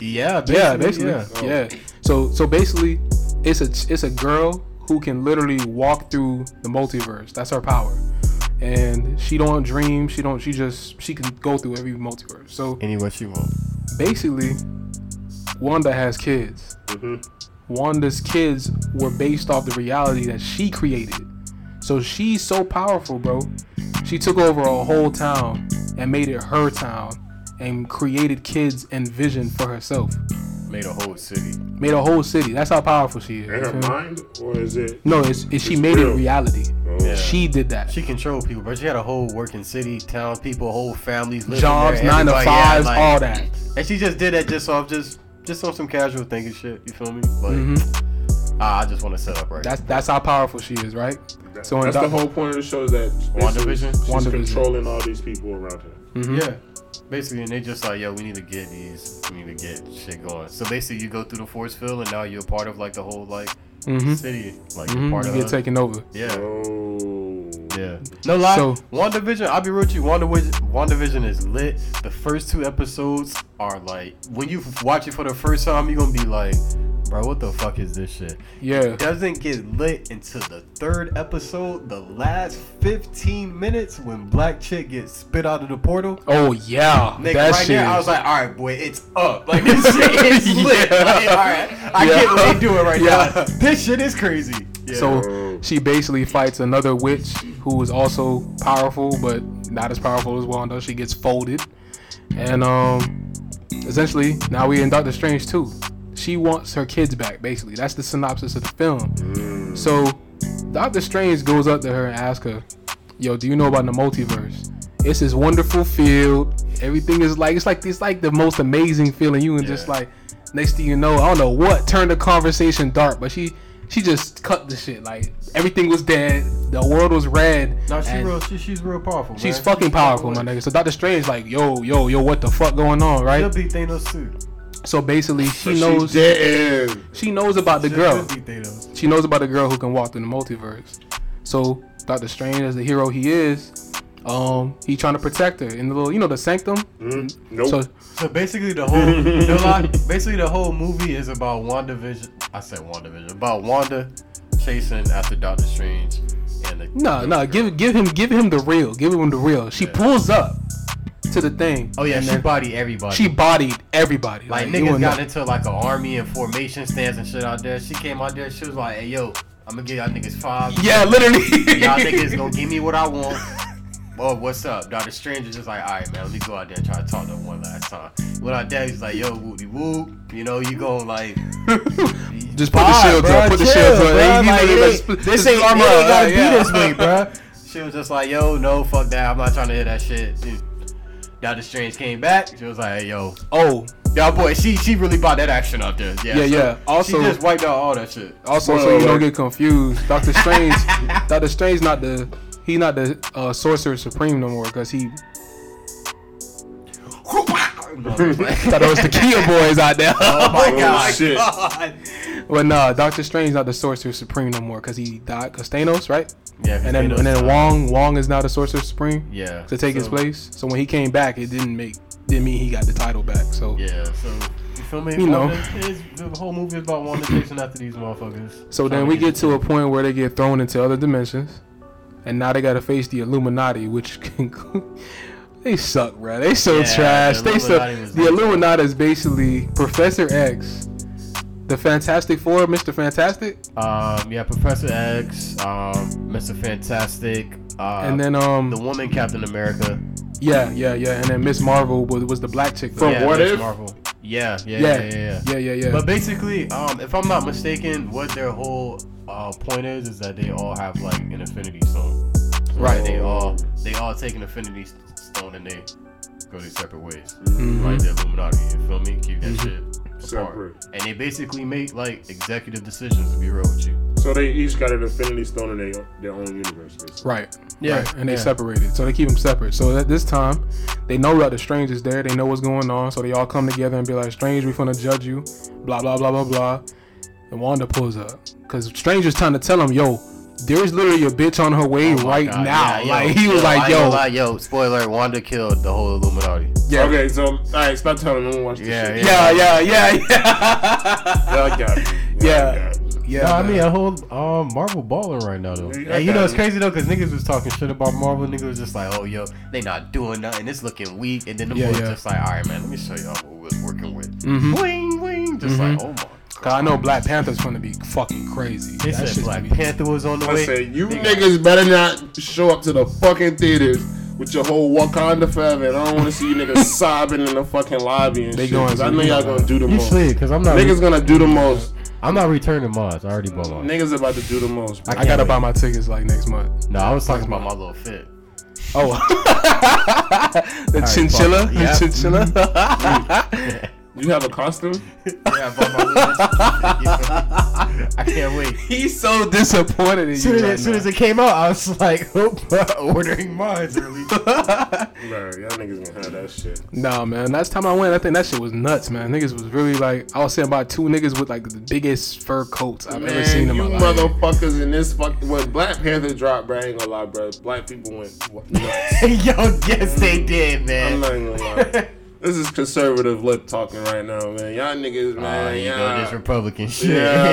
S5: yeah, basically,
S2: Yeah, basically. Yeah.
S5: yeah.
S2: So so basically, it's a it's a girl who can literally walk through the multiverse. That's her power. And she don't dream. She don't. She just. She can go through every multiverse. So
S5: Any what she want.
S2: basically, Wanda has kids.
S3: Mm-hmm.
S2: Wanda's kids were based off the reality that she created. So she's so powerful, bro. She took over a whole town and made it her town and created kids and vision for herself.
S5: made a whole city.
S2: Made a whole city. That's how powerful she is.
S3: In her
S2: Okay?
S3: mind, or is it? Oh.
S2: No, it's, it's she
S3: It's
S2: made
S3: real.
S2: it reality.
S5: Yeah.
S2: She did that.
S5: She controlled people, but she had a whole working city, town, people, whole families, living
S2: Jobs,
S5: there,
S2: nine to
S5: everybody had,
S2: fives,
S5: like-
S2: all that.
S5: And she just did that just off just just on some casual thinking shit. You feel me? Like ah, I just want to set up right.
S2: Mm-hmm. That's that's how powerful she is, right? So in
S3: That's the
S2: Doc-
S3: whole point of the show is that basically
S5: WandaVision?
S3: she's
S2: WandaVision.
S3: controlling all these people around her.
S2: mm-hmm.
S5: Yeah. Basically, and they just like, yo, we need to get these, we need to get shit going. So basically, you go through the force field, and now you're part of like the whole like city, like you're
S2: Mhm,
S5: part
S2: Mm-hmm. you
S5: of.
S2: get taken over.
S5: yeah,
S3: Oh,
S5: yeah. No lie,
S2: So-
S5: WandaVision. I'll be real with you. WandaVision, WandaVision is lit. The first two episodes are like, when you watch it for the first time, you're gonna be like, bro, what the fuck is this shit?
S2: Yeah.
S5: doesn't get lit until the third episode, the last 15 minutes when Black Chick gets spit out of the portal.
S2: Oh yeah.
S5: Nigga,
S2: that
S5: right
S2: shit.
S5: there, I was like, all right, boy, it's up. Like, this shit is lit.
S2: Yeah.
S5: Like, all right, I
S2: Yeah.
S5: get what they doing right
S2: Yeah.
S5: now. This shit is crazy. Yeah.
S2: So she basically fights another witch who is also powerful, but not as powerful as Wanda. She gets folded, and um, essentially now we in Doctor Strange too. She wants her kids back. Basically, that's the synopsis of the film. So Doctor Strange goes up to her and asks her, "Yo, do you know about the multiverse? It's this wonderful field. Everything is like it's like it's like the most amazing feeling. You can just
S5: Yeah.
S2: like next thing you know, I don't know what turned the conversation dark, but she she just cut the shit. Like everything was dead. The world was red.
S5: no, she
S2: and
S5: real, she, she's real powerful.
S2: She's
S5: man.
S2: fucking powerful, my nigga. So Doctor Strange like, yo, yo, yo, what the fuck going on,
S5: She'll
S2: right?
S5: beat Thanos too.
S2: So basically, she
S3: she
S2: knows
S3: dead.
S2: she knows about the girl.
S5: She'll beat Thanos.
S2: She knows about a girl who can walk through the multiverse. So Doctor Strange, as the hero he is, um, he trying to protect her in the little, you know, the sanctum.
S3: Nope.
S2: So
S5: So basically, the whole no lie, basically the whole movie is about WandaVision. I said WandaVision about Wanda chasing after Doctor Strange and the
S2: no, no, give give him give him the real, give him the real. She pulls up to the thing.
S5: Oh yeah,
S2: and
S5: she
S2: then
S5: body everybody.
S2: she bodied everybody.
S5: Like
S2: you
S5: niggas
S2: wouldn't
S5: got
S2: know.
S5: into like an army and formation stands and shit out there. She came out there, she was like, "Hey yo, I'm gonna give y'all niggas five.
S2: Yeah, literally.
S5: Y'all niggas gonna give me what I want." Oh, what's up? Doctor Strange is just like, all right, man, let me go out there and try to talk to him one last time. When our daddy's like, yo, whoopie whoop, you know, you going like,
S2: Just put the shields up. Put the shields up. You- you know, like, split-
S5: this
S2: split
S5: ain't
S2: armor
S5: armor.
S2: up,
S5: gotta be
S2: yeah.
S5: this week, bro. She was just like, yo, no, fuck that. I'm not trying to hear that shit. She- Doctor Strange came back. She was like, hey, yo,
S2: Oh,
S5: Y'all boy, she she really bought that action out there.
S2: Yeah,
S5: Yeah, so
S2: yeah. Also-
S5: she just wiped out all that shit.
S2: Also, so
S3: Spoiler
S2: you don't
S3: alert.
S2: get confused, Doctor Strange, Doctor Strange, not the he not the uh, sorcerer supreme no more because he thought it was the Kia boys out there.
S5: Oh my god!
S3: shit.
S2: but nah, Doctor Strange not the sorcerer supreme no more because he died. Cause Thanos, right?
S5: Yeah,
S2: And then
S5: Thanos
S2: and then
S5: died.
S2: Wong Wong is now the sorcerer supreme.
S5: Yeah,
S2: To take his
S5: so-
S2: place. So when he came back, it didn't make didn't mean he got the title back. So
S5: Yeah, so you feel me?
S2: You know.
S5: It's- the whole movie is about Wanda chasing after these motherfuckers.
S2: so then
S5: Trying
S2: we get to
S5: these-
S2: a point where they get thrown into other dimensions, and now they gotta face the Illuminati, which can. They suck, bro. They so
S5: Yeah,
S2: trash.
S5: the
S2: they so
S5: Illuminati was
S2: the
S5: dope.
S2: Illuminati is basically Professor X, the Fantastic Four, Mister Fantastic,
S5: Um, yeah, Professor X, um, Mr. Fantastic, uh,
S2: and then um
S5: the woman Captain America
S2: yeah yeah yeah, and then Miss Marvel was, was the Black chick
S6: From
S5: yeah,
S6: What
S5: Miss
S6: If?
S5: Marvel. Yeah, yeah,
S2: yeah
S5: yeah, yeah. yeah.
S2: yeah yeah yeah.
S5: But basically, um, if I'm not mistaken, what their whole uh, point is is that they all have like an affinity stone. So
S2: Right.
S5: They all they all take an affinity s- stone and they go their separate ways.
S2: Mm-hmm.
S5: Like the Illuminati, you feel me? Keep that shit separate.
S3: Separate.
S5: And they basically make like executive decisions. To be real with you.
S3: So they each got an Infinity Stone in their, their own universe. basically.
S2: Right.
S5: Yeah,
S2: Right. And they
S5: yeah.
S2: separated. So they keep them separate. So at this time, they know Doctor Strange is there. They know what's going on. So they all come together and be like, Strange, we're going to judge you. Blah, blah, blah, blah, blah. And Wanda pulls up. Because Strange is trying to tell him, yo, there's literally a bitch on her way
S5: Oh my
S2: right
S5: God,
S2: now.
S5: yeah, yo,
S2: like, he was
S5: yo,
S2: like,
S5: I ain't
S2: yo.
S5: gonna lie, yo, spoiler, Wanda killed the whole Illuminati.
S2: yeah.
S3: Okay, so all right, stop telling me. I'm gonna watch this
S5: Yeah,
S3: shit.
S2: Yeah, yeah, yeah, yeah.
S3: Y'all got me. Y'all
S2: Yeah.
S3: got me.
S2: yeah.
S5: No, I
S2: man.
S5: mean a whole um, Marvel balling right now though.
S3: Yeah,
S5: Hey, you know it's
S3: okay.
S5: crazy though, cause niggas was talking shit about Marvel. Niggas was just like, oh yo, they not doing nothing. It's looking weak. And then the
S2: Yeah,
S5: boys
S2: yeah.
S5: just like, all right, man, let me show y'all what we're working with. Wing, wing, just like, oh my.
S2: 'Cause I know Black Panther's going to be fucking crazy.
S5: They
S2: That shit's
S5: said Black
S2: gonna be-
S5: Panther was on the
S3: I
S5: way.
S3: said you
S5: They-
S3: niggas better not show up to the fucking theaters
S6: with your whole Wakanda forever. And I don't want to see you niggas sobbing in the fucking lobby and
S2: They
S6: shit.
S2: going
S6: 'cause I
S2: to-
S6: know y'all gonna do the
S5: You
S6: most.
S5: slid, cause I'm not.
S6: Niggas gonna do the most.
S5: I'm not returning mods. I already bought mine.
S6: Niggas about to do the most. Bro.
S2: I gotta
S5: wait.
S2: buy my tickets like next month.
S5: No, I was talking about my little fit.
S2: Oh, the chinchilla, the
S5: Yeah.
S2: chinchilla.
S5: Mm-hmm.
S6: You have a costume?
S5: Yeah, I bought my little. I can't wait.
S2: He's so disappointed in you.
S5: Soon as,
S2: right
S5: as soon
S2: now.
S5: as it came out, I was like, oh, ordering mods early.
S3: Nah, y'all niggas gonna have that shit.
S2: Nah, man. Last time I went, I think that shit was nuts, man. Niggas was really like, I was saying about two niggas with like the biggest fur coats I've
S6: Man,
S2: ever seen in
S6: you
S2: my life.
S6: motherfuckers in this fucking when Black Panther dropped, bro. I ain't gonna lie, bro. Black people went nuts.
S5: Yo, yes, they did,
S6: I'm
S5: man.
S6: not even gonna lie. This is conservative lip talking right now, man. Y'all niggas, man.
S5: Oh, you
S6: y'all-
S5: go this Republican shit.
S6: Yeah,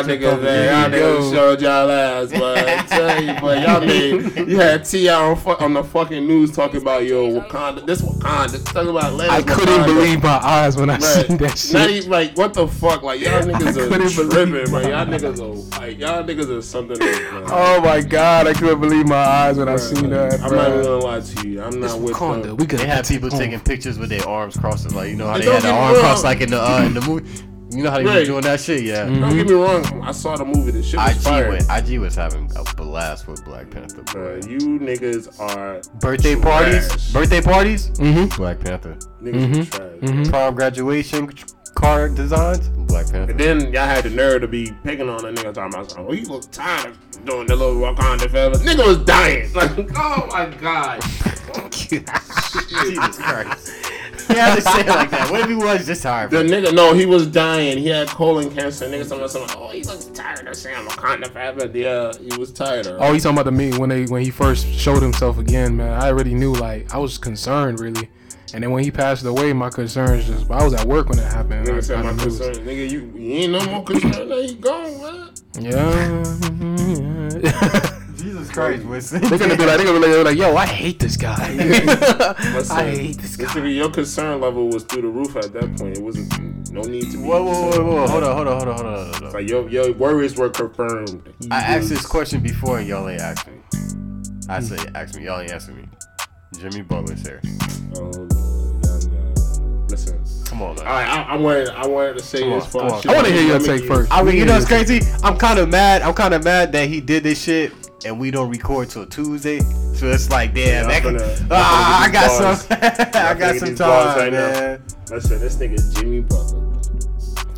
S5: You go
S6: man. Y'all niggas,
S5: this Republican
S6: man.
S5: shit.
S6: Y'all niggas showed y'all ass, but I tell you, but y'all niggas, you had T on, fu- on the fucking news talking about yo Wakanda. This Wakanda, talking about Atlantis,
S2: I couldn't
S6: Wakanda.
S2: believe my eyes when I
S6: Bruh,
S2: seen that
S6: Not
S2: shit.
S6: even like what the fuck, like y'all niggas
S2: couldn't
S6: are
S2: believe
S6: tripping, bro. Y'all niggas are like y'all niggas are something else, man.
S2: Oh my god, I couldn't believe my eyes when I seen that.
S6: I'm not even
S2: bruh.
S6: gonna lie to you. I'm not with
S3: uh,
S2: Wakanda,
S6: the-
S2: we could
S5: They had people taking pictures with their arms crossed, like you know how
S6: And
S5: they
S6: don't
S5: had the
S6: get me
S5: arm
S6: wrong.
S5: crossed, like in the uh, in the movie. You know how they were
S6: Right.
S5: doing that shit, yeah.
S3: Mm-hmm.
S6: Don't get me wrong. I saw the movie. The shit was
S5: IG
S6: fire.
S5: went, IG was having a blast with Black Panther.
S3: Bro,
S5: Bro.
S3: you niggas are
S5: Birthday parties,
S3: Trash.
S5: birthday parties, mm-hmm. Black Panther.
S3: niggas
S2: Mm-hmm.
S3: are trash.
S5: Prom graduation card designs, Black Panther.
S3: And then y'all had the nerve to be picking on a nigga talking about, oh, you look tired of doing the little Wakanda fella. Nigga was dying. Like, oh my god.
S5: Jesus Christ. Yeah, they say it like that. What if he was just tired?
S3: The nigga, no, he was dying. He had colon cancer. Nigga, someone, someone, oh, he looks tired of saying Wakanda forever. Yeah, he was tired of.
S2: Oh, you talking about the meeting when they when he first showed himself again, man. I already knew like I was concerned really. And then when he passed away, my concerns just I was at work when it happened.
S3: Nigga
S2: I-
S3: said
S2: I
S3: my
S2: knew it was-
S3: concern. Nigga, you, you ain't no more concerned. Now you gone, man.
S2: Yeah. mhm, yeah.
S5: Jesus Christ, Winston.
S2: they're gonna be like, they're gonna be like, they're like, yo, I hate this guy. I
S3: Listen,
S2: hate this
S3: This
S2: guy.
S3: nigga, your concern level was through the roof at that point. It wasn't no need to be.
S5: Whoa, whoa, whoa,
S3: concerned.
S5: whoa! Hold on, hold on, hold on, hold on, hold on.
S3: Like your your worries were confirmed. You
S5: I asked
S3: was-
S5: this question before and y'all ain't asked me. I say ask me, y'all ain't answer me. Jimmy Butler's here.
S3: Oh, yeah, yeah. Listen,
S5: Come on, man.
S3: all right, I, I wanted I wanted to say
S5: Come
S3: this
S5: on,
S3: for
S5: come
S3: our
S5: on.
S3: shit.
S2: I want to hear your
S3: Let me
S2: take
S3: get-
S2: first.
S5: I mean, you know
S2: it's
S5: what's crazy? I'm kind of mad. I'm kind of mad that he did this shit and we don't record till Tuesday. So it's like, damn,
S3: Yeah,
S5: that
S3: I'm
S5: could-
S3: finna- I'm
S5: ah,
S3: finna
S5: I got
S3: get these
S5: some. I
S3: finna
S5: got
S3: get
S5: some
S3: these bars
S5: time,
S3: right now.
S5: man.
S3: Listen, this nigga's Jimmy Butler.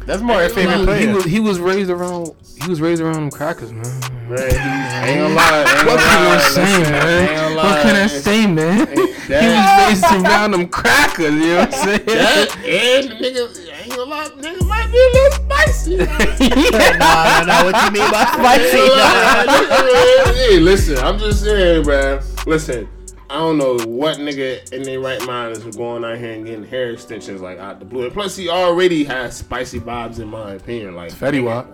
S5: That's my favorite
S2: He
S5: player.
S2: was, he was raised around he was raised around them crackers, man.
S3: Man, he- ain't gonna lie.
S2: What
S3: Ain't gonna
S2: can
S3: lie.
S2: I say, man? What can I say, man?
S3: that-
S2: He was raised around them crackers, you know what I'm saying?
S3: That and the nigga ain't gonna lie. Nigga might be a little spicy.
S5: nah, nah, nah, what you mean by spicy? Nah.
S3: hey, listen, I'm just saying, man. Listen, I don't know what nigga in their right mind is going out here and getting hair extensions like out the blue. And plus, he already has spicy vibes, in my opinion. Like,
S2: Fetty Wap.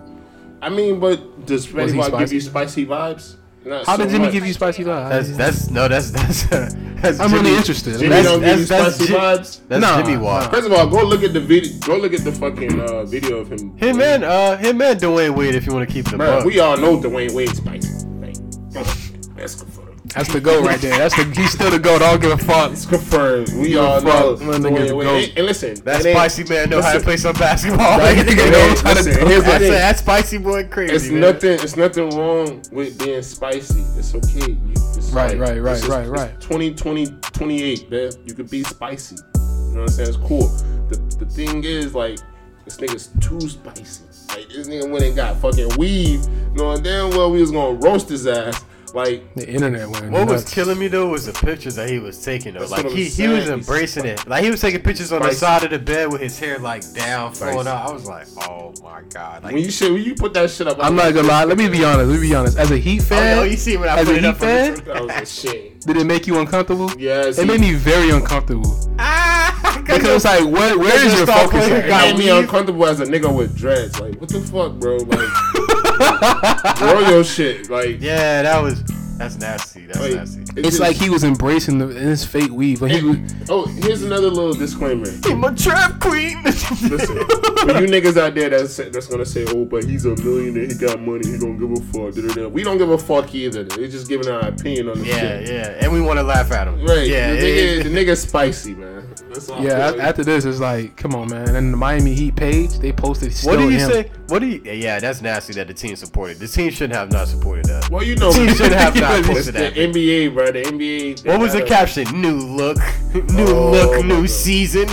S3: I mean, but does
S2: Was
S3: Fetty
S2: he
S3: Wap give
S2: spicy?
S3: you spicy vibes? Not
S2: How
S3: so
S2: did Jimmy
S3: much.
S2: give you spicy
S5: That's
S2: vibes?
S5: that's no, that's that's that's.
S2: I'm
S5: Jimmy.
S2: really interested.
S3: Jimmy
S5: That's-
S3: don't give you
S5: that's- that's
S3: spicy
S5: Jim-
S3: vibs.
S5: That's
S2: Nah,
S5: Jimmy Watt.
S3: First of all, go look at the video. Go look at the fucking uh, video of him.
S5: Him and uh, him and Dwayne Wade, if you want to keep it a
S3: Bruh,
S5: buck.
S3: we all know Dwayne Wade's spicy. Like, come on, that's confirmed.
S2: That's the goat right there. That's the he's still the goat. I don't give a fuck.
S3: It's confirmed. We all know
S2: fuck. My nigga's
S3: Dwayne
S2: the
S3: Wade.
S2: GOAT.
S3: And, and listen,
S5: That
S3: it ain't-
S5: spicy man know how to
S3: listen.
S5: play some basketball. That,
S2: nigga
S3: it
S2: knows
S3: ain't-
S2: how to
S3: listen,
S2: do
S3: here's the
S5: that,
S3: thing.
S5: spicy boy crazy.
S3: It's
S5: man.
S3: nothing. It's nothing wrong with being spicy. It's okay. You, it's
S2: Right,
S3: like-
S2: right, right,
S3: it's just-
S2: right,
S3: it's
S2: right.
S3: 20, 20, 28, man. You could be spicy. You know what I'm saying? It's cool. The, the thing is, like, this nigga's too spicy. Like, this nigga went and got fucking weave, knowing damn well we was gonna roast his ass. Like,
S2: The internet went.
S5: What was
S2: nuts.
S5: killing me though was the pictures that he was taking though.
S3: what
S5: Like
S3: I'm
S5: he, he
S3: saying.
S5: was embracing it. Like he was taking pictures on the
S3: Spicy.
S5: side of the bed with his hair like down, flowing
S3: Spicy.
S5: out. I was like, oh my god. Like,
S3: when you shit, when you put that shit up,
S2: I'm not gonna lie. Let me be honest. Let me be honest. As a Heat
S5: oh,
S2: fan,
S5: yo, you see when I
S2: as
S5: put
S2: a
S5: it
S2: Heat
S5: up on the
S2: fan,
S3: That was a shit.
S2: did it make you uncomfortable?
S3: Yes.
S2: It
S3: he-
S2: made me very uncomfortable
S5: ah,
S2: because it's like, where, where is
S5: your
S2: your
S5: star
S2: focus?
S5: player
S2: at?
S5: got-
S3: made me
S5: weave.
S3: uncomfortable as a nigga with dreads. Like, what the fuck, bro? Like, grow your shit. Like,
S5: yeah, that was That's nasty. That's
S3: Wait,
S5: nasty.
S2: It's
S3: just-
S2: like he was embracing the in his fake weave, but he was,
S3: Oh, here's another little disclaimer.
S5: I'm a trap queen.
S3: Listen, for you niggas out there that's that's gonna say, "Oh, but he's a millionaire. He got money. He don't give a fuck." da, da, da." We don't give a fuck either. We're just giving our opinion on the
S5: yeah,
S3: shit.
S5: yeah, and we want to laugh at him.
S3: Right. Yeah.
S5: Yeah.
S3: The, nigga,
S5: it- it-
S3: the nigga's spicy, man. That's all I
S2: yeah. a-
S3: feel like.
S2: After this, it's like, come on, man. And the Miami Heat page, they posted.
S5: what
S2: still
S5: do you
S2: him.
S5: say? What do you? Yeah, that's nasty that the team supported. The team shouldn't have not supported that.
S3: well, you know,
S5: The team should have not
S3: it's
S5: posted
S3: the
S5: that.
S3: NBA, bro. The NBA. they
S5: What was the
S3: gotta-
S5: caption? New look, new
S3: Oh,
S5: look,
S3: my
S5: new
S3: God.
S5: season.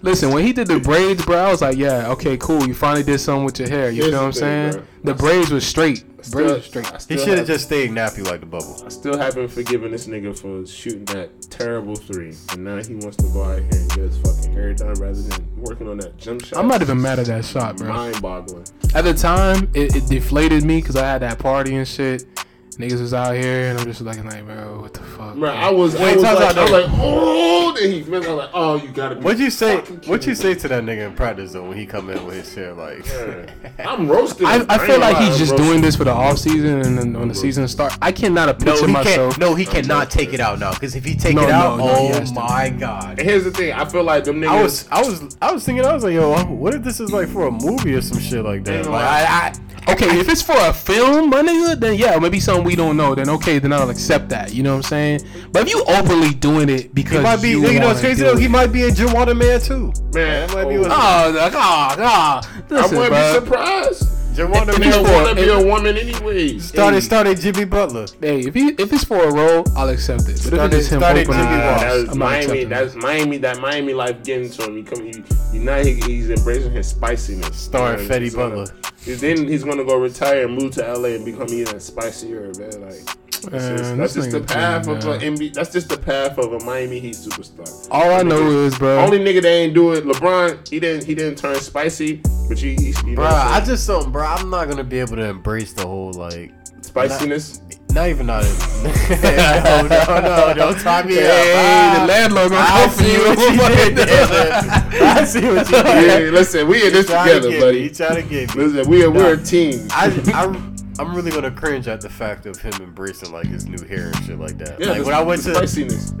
S2: Listen, when he did the braids, bro, I was like, yeah, okay, cool. You finally did something with your hair. You
S3: Here's
S2: feel what
S3: the
S2: I'm saying?
S3: thing, bro.
S2: The braids was straight. Braids was straight.
S3: I
S5: He
S3: still
S5: should have
S3: have-
S5: just stayed nappy like the bubble.
S3: I still haven't forgiven this nigga for shooting that terrible three, and now he wants to go out here and get his fucking hair done rather than working on that jump shot.
S2: I'm not even mad at that shot, bro.
S3: mind-boggling.
S2: At the time, it, it deflated me because I had that party and shit. Niggas was out here, and I'm just like, like, bro, what the fuck?
S3: Bro, I was, I
S5: Wait,
S3: was
S5: time
S3: like,
S5: out,
S3: I was
S5: though.
S3: like, oh, and he, man, I was like, oh, you gotta be.
S5: What'd you say?
S3: fucking
S5: What'd
S3: kidding
S5: you say to that nigga in practice though when he come in with his hair like?
S3: me. I'm roasting.
S2: I,
S3: him.
S2: I feel
S3: ain't
S2: like
S3: lying,
S2: he's
S3: I'm
S2: just
S3: roasting
S2: doing
S3: him.
S2: this for the off season and then when the season start. I cannot have
S5: No,
S2: pictured
S5: he
S2: myself.
S5: can't. No, he cannot take it out now. Cause if he take
S2: No,
S5: it out,
S2: no, no, he
S5: oh
S2: has to.
S5: my god.
S3: And here's the thing. I feel like them niggas.
S5: I was, I was, I was thinking, I was like, yo, what if this is like for a movie or some shit like that?
S3: Ain't
S5: Like,
S3: no-
S5: I,
S2: Okay, if it's for a film, my nigga, then yeah, maybe something we don't know. Then okay, then I'll accept that. You know what I'm saying? But if you openly doing it because
S5: I, he might be,
S2: you,
S5: you, know,
S2: wanna
S5: it's crazy
S2: do
S5: though. He
S2: it.
S5: might be a Juwanna man too.
S3: man.
S5: That might be
S3: oh,
S5: what-
S2: Oh, God, God.
S3: I
S2: Listen,
S3: wouldn't
S2: bruh.
S3: be surprised.
S5: Juwanna
S3: And
S5: man
S3: they
S2: for-
S3: want to be
S2: if-
S3: a woman anyways.
S5: started,
S2: Hey.
S5: started Jimmy Butler.
S2: Hey, if he, if it's for a role, I'll accept it. But if
S5: Started-
S2: it's him
S5: started
S2: opening,
S5: Jimmy Walsh.
S3: That was
S2: I'm not
S3: Miami.
S2: accepting.
S3: That's Miami. That Miami life getting to him. He come. He, he now he, he's embracing his spiciness.
S5: Starring
S3: You know,
S5: Fetty
S3: he's gonna-
S5: Butler.
S3: he- Then he's gonna go retire and move to LA and become even spicier, man. Like that's
S2: Man,
S3: just, that's
S2: this
S3: just the
S2: nigga
S3: path
S2: too,
S3: of
S2: man.
S3: an NBA. That's just the path of a Miami Heat superstar.
S2: All I know is, bro.
S3: Only nigga that ain't do it, LeBron. He didn't. He didn't turn spicy, but he, he you know,
S5: Bruh, I
S3: what
S5: just don't, bruh, I'm not gonna be able to embrace the whole like.
S3: I'm saying? spiciness.
S5: Not even not. no, no, no, don't tie me
S2: Hey,
S5: up.
S2: the landlord gonna
S5: I
S2: come for
S5: see
S2: you.
S5: what you did there. I see what you
S3: yeah,
S5: did.
S3: listen, we in
S5: You
S3: this
S5: trying to
S3: together,
S5: get Me,
S3: buddy.
S5: you trying to get me.
S3: Listen, we are, we're a team.
S5: I, I, I'm really gonna cringe at the fact of him embracing like his new hair and shit like that.
S3: yeah,
S5: like
S3: the-
S5: when I went
S3: the
S5: to
S3: spiciness.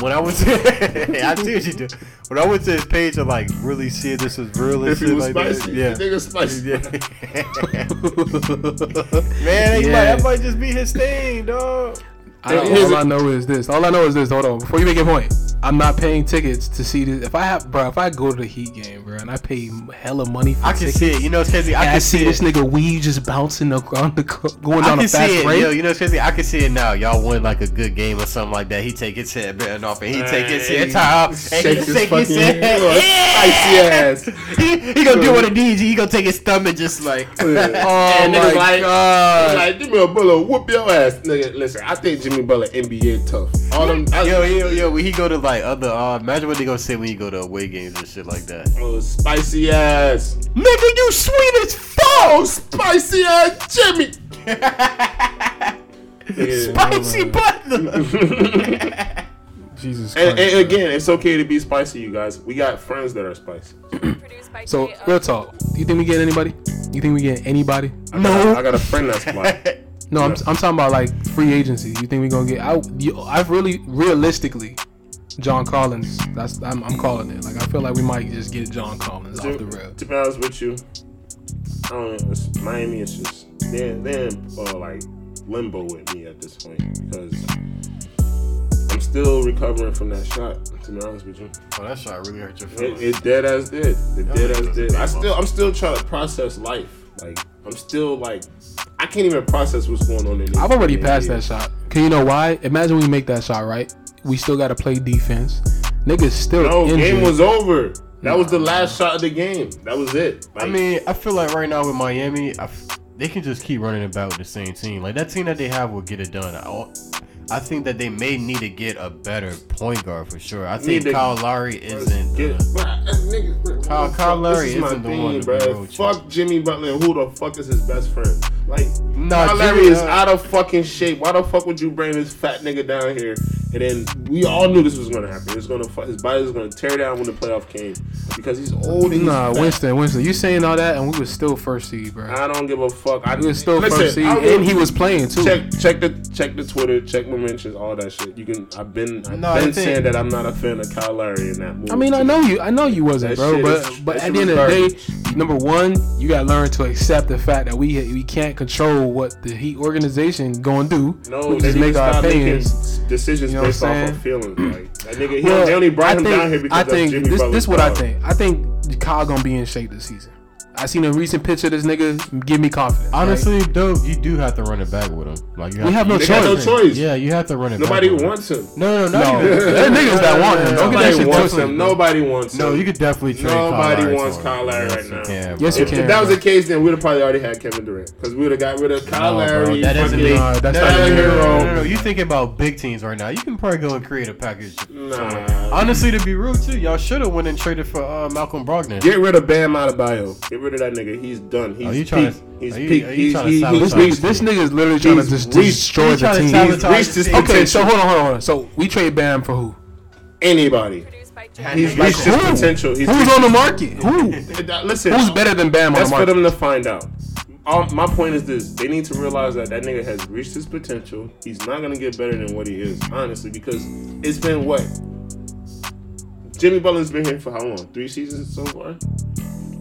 S5: when I went to I see what you do. When I went to his page and like really see if this was real and
S3: If
S5: shit
S3: he was
S5: like
S3: spicy,
S5: that.
S3: the
S5: Yeah.
S3: nigga spicy.
S5: Yeah. Man, that, might,
S2: Yeah.
S5: that might just be his thing, dog.
S2: I,
S3: Here's
S2: all
S3: a-
S2: I know is this. All I know is this. Hold on, before you make your point, I'm not paying tickets to see this. If I have, bro, if I go to the Heat game, bro, and I pay hella money for
S5: I can
S2: tickets,
S5: see it. You know, it's crazy. I
S2: and
S5: can
S2: I, see,
S5: see
S2: this
S5: it.
S2: nigga weave just bouncing the- on the co- going
S5: I
S2: down a
S5: can
S2: fast
S5: see it.
S2: break.
S5: Yo, you know, it's crazy. I can see it now. Y'all win like a good game or something like that. He take his head button off and he take his head tie off and
S3: Shake
S5: he
S3: his
S5: take his
S3: fucking
S5: head. Yeah.
S3: spicy ass.
S5: He, he gonna do what it needs. He gonna take his thumb and just like.
S3: Oh and
S5: my
S3: niggas like,
S5: God.
S3: niggas like Jimmy Butler, whoop your ass, nigga. Listen, I think Jimmy Butler NBA tough. All them, I,
S5: Yo, yo, yo! When he go to like other, uh, imagine what they gonna say when you go to away games and shit like that.
S3: oh, spicy ass,
S5: Nigga, you sweet as
S3: oh
S5: fuck,
S3: spicy ass Jimmy. Yeah.
S5: spicy butler.
S2: Jesus
S3: And,
S2: Christ.
S3: and again, it's okay to be spicy, you guys. We got friends that are spicy.
S4: Produced by
S2: so
S4: J. O.
S2: real talk. Do you think we get anybody? You think we get anybody?
S3: I got, no, I got a friend that's black.
S2: No, I'm, I'm talking about like free agency. You think we gonna get? I you, I've really realistically, John Collins. That's I'm, I'm calling it. Like I feel like we might just get John Collins off the
S3: to,
S2: rail.
S3: to be honest with you, I don't know. It's, Miami is just they're they're in, uh, like limbo with me at this point because I'm still recovering from that shot. To be honest with you,
S5: Oh, that shot really hurt your
S3: it,
S5: feelings.
S3: it dead as did. It dead as
S5: niggas
S3: did.
S5: is
S3: I
S5: big
S3: still I'm still trying to process life. Like I'm still like I can't even process what's going on in.
S2: I've already
S3: in
S2: passed
S3: NBA.
S2: that shot. Can you know why? Imagine we make that shot, right? We still gotta play defense. Niggas still
S3: No,
S2: injured.
S3: game was over. That was the last shot of the game. That was it.
S5: I
S3: Like,
S5: mean, I feel like right now with Miami, I f- they can just keep running about with the same team. Like that team that they have will get it done. I, al- I think that they may need to get a better point guard for sure. I think
S3: Need to-
S5: Kyle Lowry isn't.
S3: Get,
S5: the-
S3: bruh, uh, nigga, bruh,
S5: Kyle-
S3: what the
S5: Kyle
S3: fuck?
S5: Lowry
S3: This is my
S5: isn't the
S3: thing,
S5: one to be
S3: bruh.
S5: roach.
S3: Fuck Jimmy Butler. and Who the fuck is his best friend? Like,
S5: Nah,
S3: Kyle Lowry
S5: Jimmy,
S3: is
S5: uh,
S3: out of fucking shape. Why the fuck would you bring this fat nigga down here And then we all knew this was going to happen. It was going to fu- his body was going to tear down when the playoff came because he's old and
S2: Nah,
S3: nah, he's fat.
S2: Winston, Winston, you saying all that, and we was still first seed, bro.
S3: I don't give a fuck. I
S2: We was still first seed,
S3: Uh, I will-
S2: and he was playing too.
S3: Check, check the check the Twitter, check my mentions, all that shit. You can. I've been I've
S5: No, I
S3: been
S5: think-
S3: saying that I'm not a fan of Kyle Lowry in that movie.
S2: I mean, I know you, I know you wasn't,
S3: That
S2: bro.
S3: shit
S2: But
S3: is-
S2: but
S3: that
S2: at
S3: shit
S2: the end of
S3: was
S2: the day, number one, you gotta learn to accept the fact that we we can't control what the Heat organization gonna do.
S3: No,
S2: we
S3: they
S2: just
S3: need
S2: make
S3: to
S2: our
S3: stop
S2: opinions.
S3: making decisions
S2: You know what
S3: based
S2: I'm
S3: off of feelings. Like that nigga, he don't- they only
S2: I
S3: brought him
S2: think-
S3: down here because
S2: I think
S3: of Jimmy
S2: this,
S3: Butler's
S2: this is what I
S3: power.
S2: think. I think Kyle gonna be in shape this season. I seen a recent picture of this nigga. Give me confidence. right?
S5: Honestly, though, you do have to run it back with him. Like you
S2: we have no
S3: They got no
S2: choice.
S3: choice.
S5: Yeah, you have to run it.
S3: Nobody
S5: back with him.
S3: wants him.
S5: No, no,
S2: No,
S5: no.
S2: there niggas that want him. Don't get that
S3: Nobody
S2: shit
S3: wants
S2: twisted.
S3: him. Nobody wants him.
S5: No, you could definitely trade.
S3: Nobody
S5: Kyle Lowry
S3: wants
S5: for him.
S3: Kyle Lowry right now.
S5: Can,
S2: Yes,
S5: bro.
S2: you
S3: If,
S2: can.
S3: if that was the case, then we'd have probably already had Kevin Durant because we would have got rid of Kyle
S5: No, bro,
S3: Lowry.
S5: that doesn't
S3: fucking-
S5: make-
S2: Nah, that's
S5: no,
S2: not
S5: no,
S2: even-
S5: no, no, no,
S3: hero.
S5: no, no. You thinking about big teams right now? You can probably go and create a package.
S3: Mm-hmm. Nah.
S5: Honestly, to be real too, y'all should have went and traded for uh, Malcolm Brogdon.
S3: Get rid of Bam Adebayo. Get rid of that nigga. He's done. He's
S5: Are you trying
S3: peaked.
S5: to-
S3: He's
S5: are you-
S3: peaked.
S5: are you
S3: He's,
S5: trying to
S3: he,
S5: sabotage
S3: he's
S2: This
S5: me?
S3: reached-
S2: nigga, this nigga is literally trying to
S3: He's
S2: just
S3: reached-
S2: destroy
S5: he's
S2: the
S5: trying to
S2: team.
S5: sabotage
S2: He's-
S3: reached his
S5: the team.
S2: Okay, so hold on, hold on, hold on. So we trade Bam for who?
S3: anybody.
S4: Produced by
S3: He's
S4: Jack.
S3: reached his
S2: Who?
S3: potential. He's
S2: Who's
S3: reached-
S2: on the market? Who?
S3: That- Listen,
S2: Who's better than Bam on the
S3: That's for
S2: market?
S3: them to find out. Um, my point is this: they need to realize that that nigga has reached his potential. He's not gonna get better than what he is, honestly, because it's been what. Jimmy Butler's been here for how long? Three seasons so far.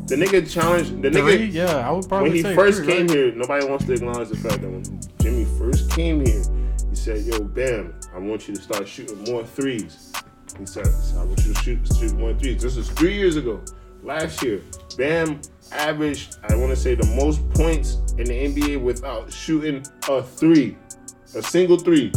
S3: The nigga challenged the
S5: Three?
S3: nigga
S5: Yeah, I would probably
S3: when he
S5: say
S3: first
S5: three,
S3: came
S5: right?
S3: here. Nobody wants to acknowledge the fact that when Jimmy first came here, he said, "Yo, Bam, I want you to start shooting more threes. He said, "I want you to shoot, shoot more threes." This is three years ago. Last year, Bam averaged, I want to say, the most points in the NBA without shooting a three, a single three.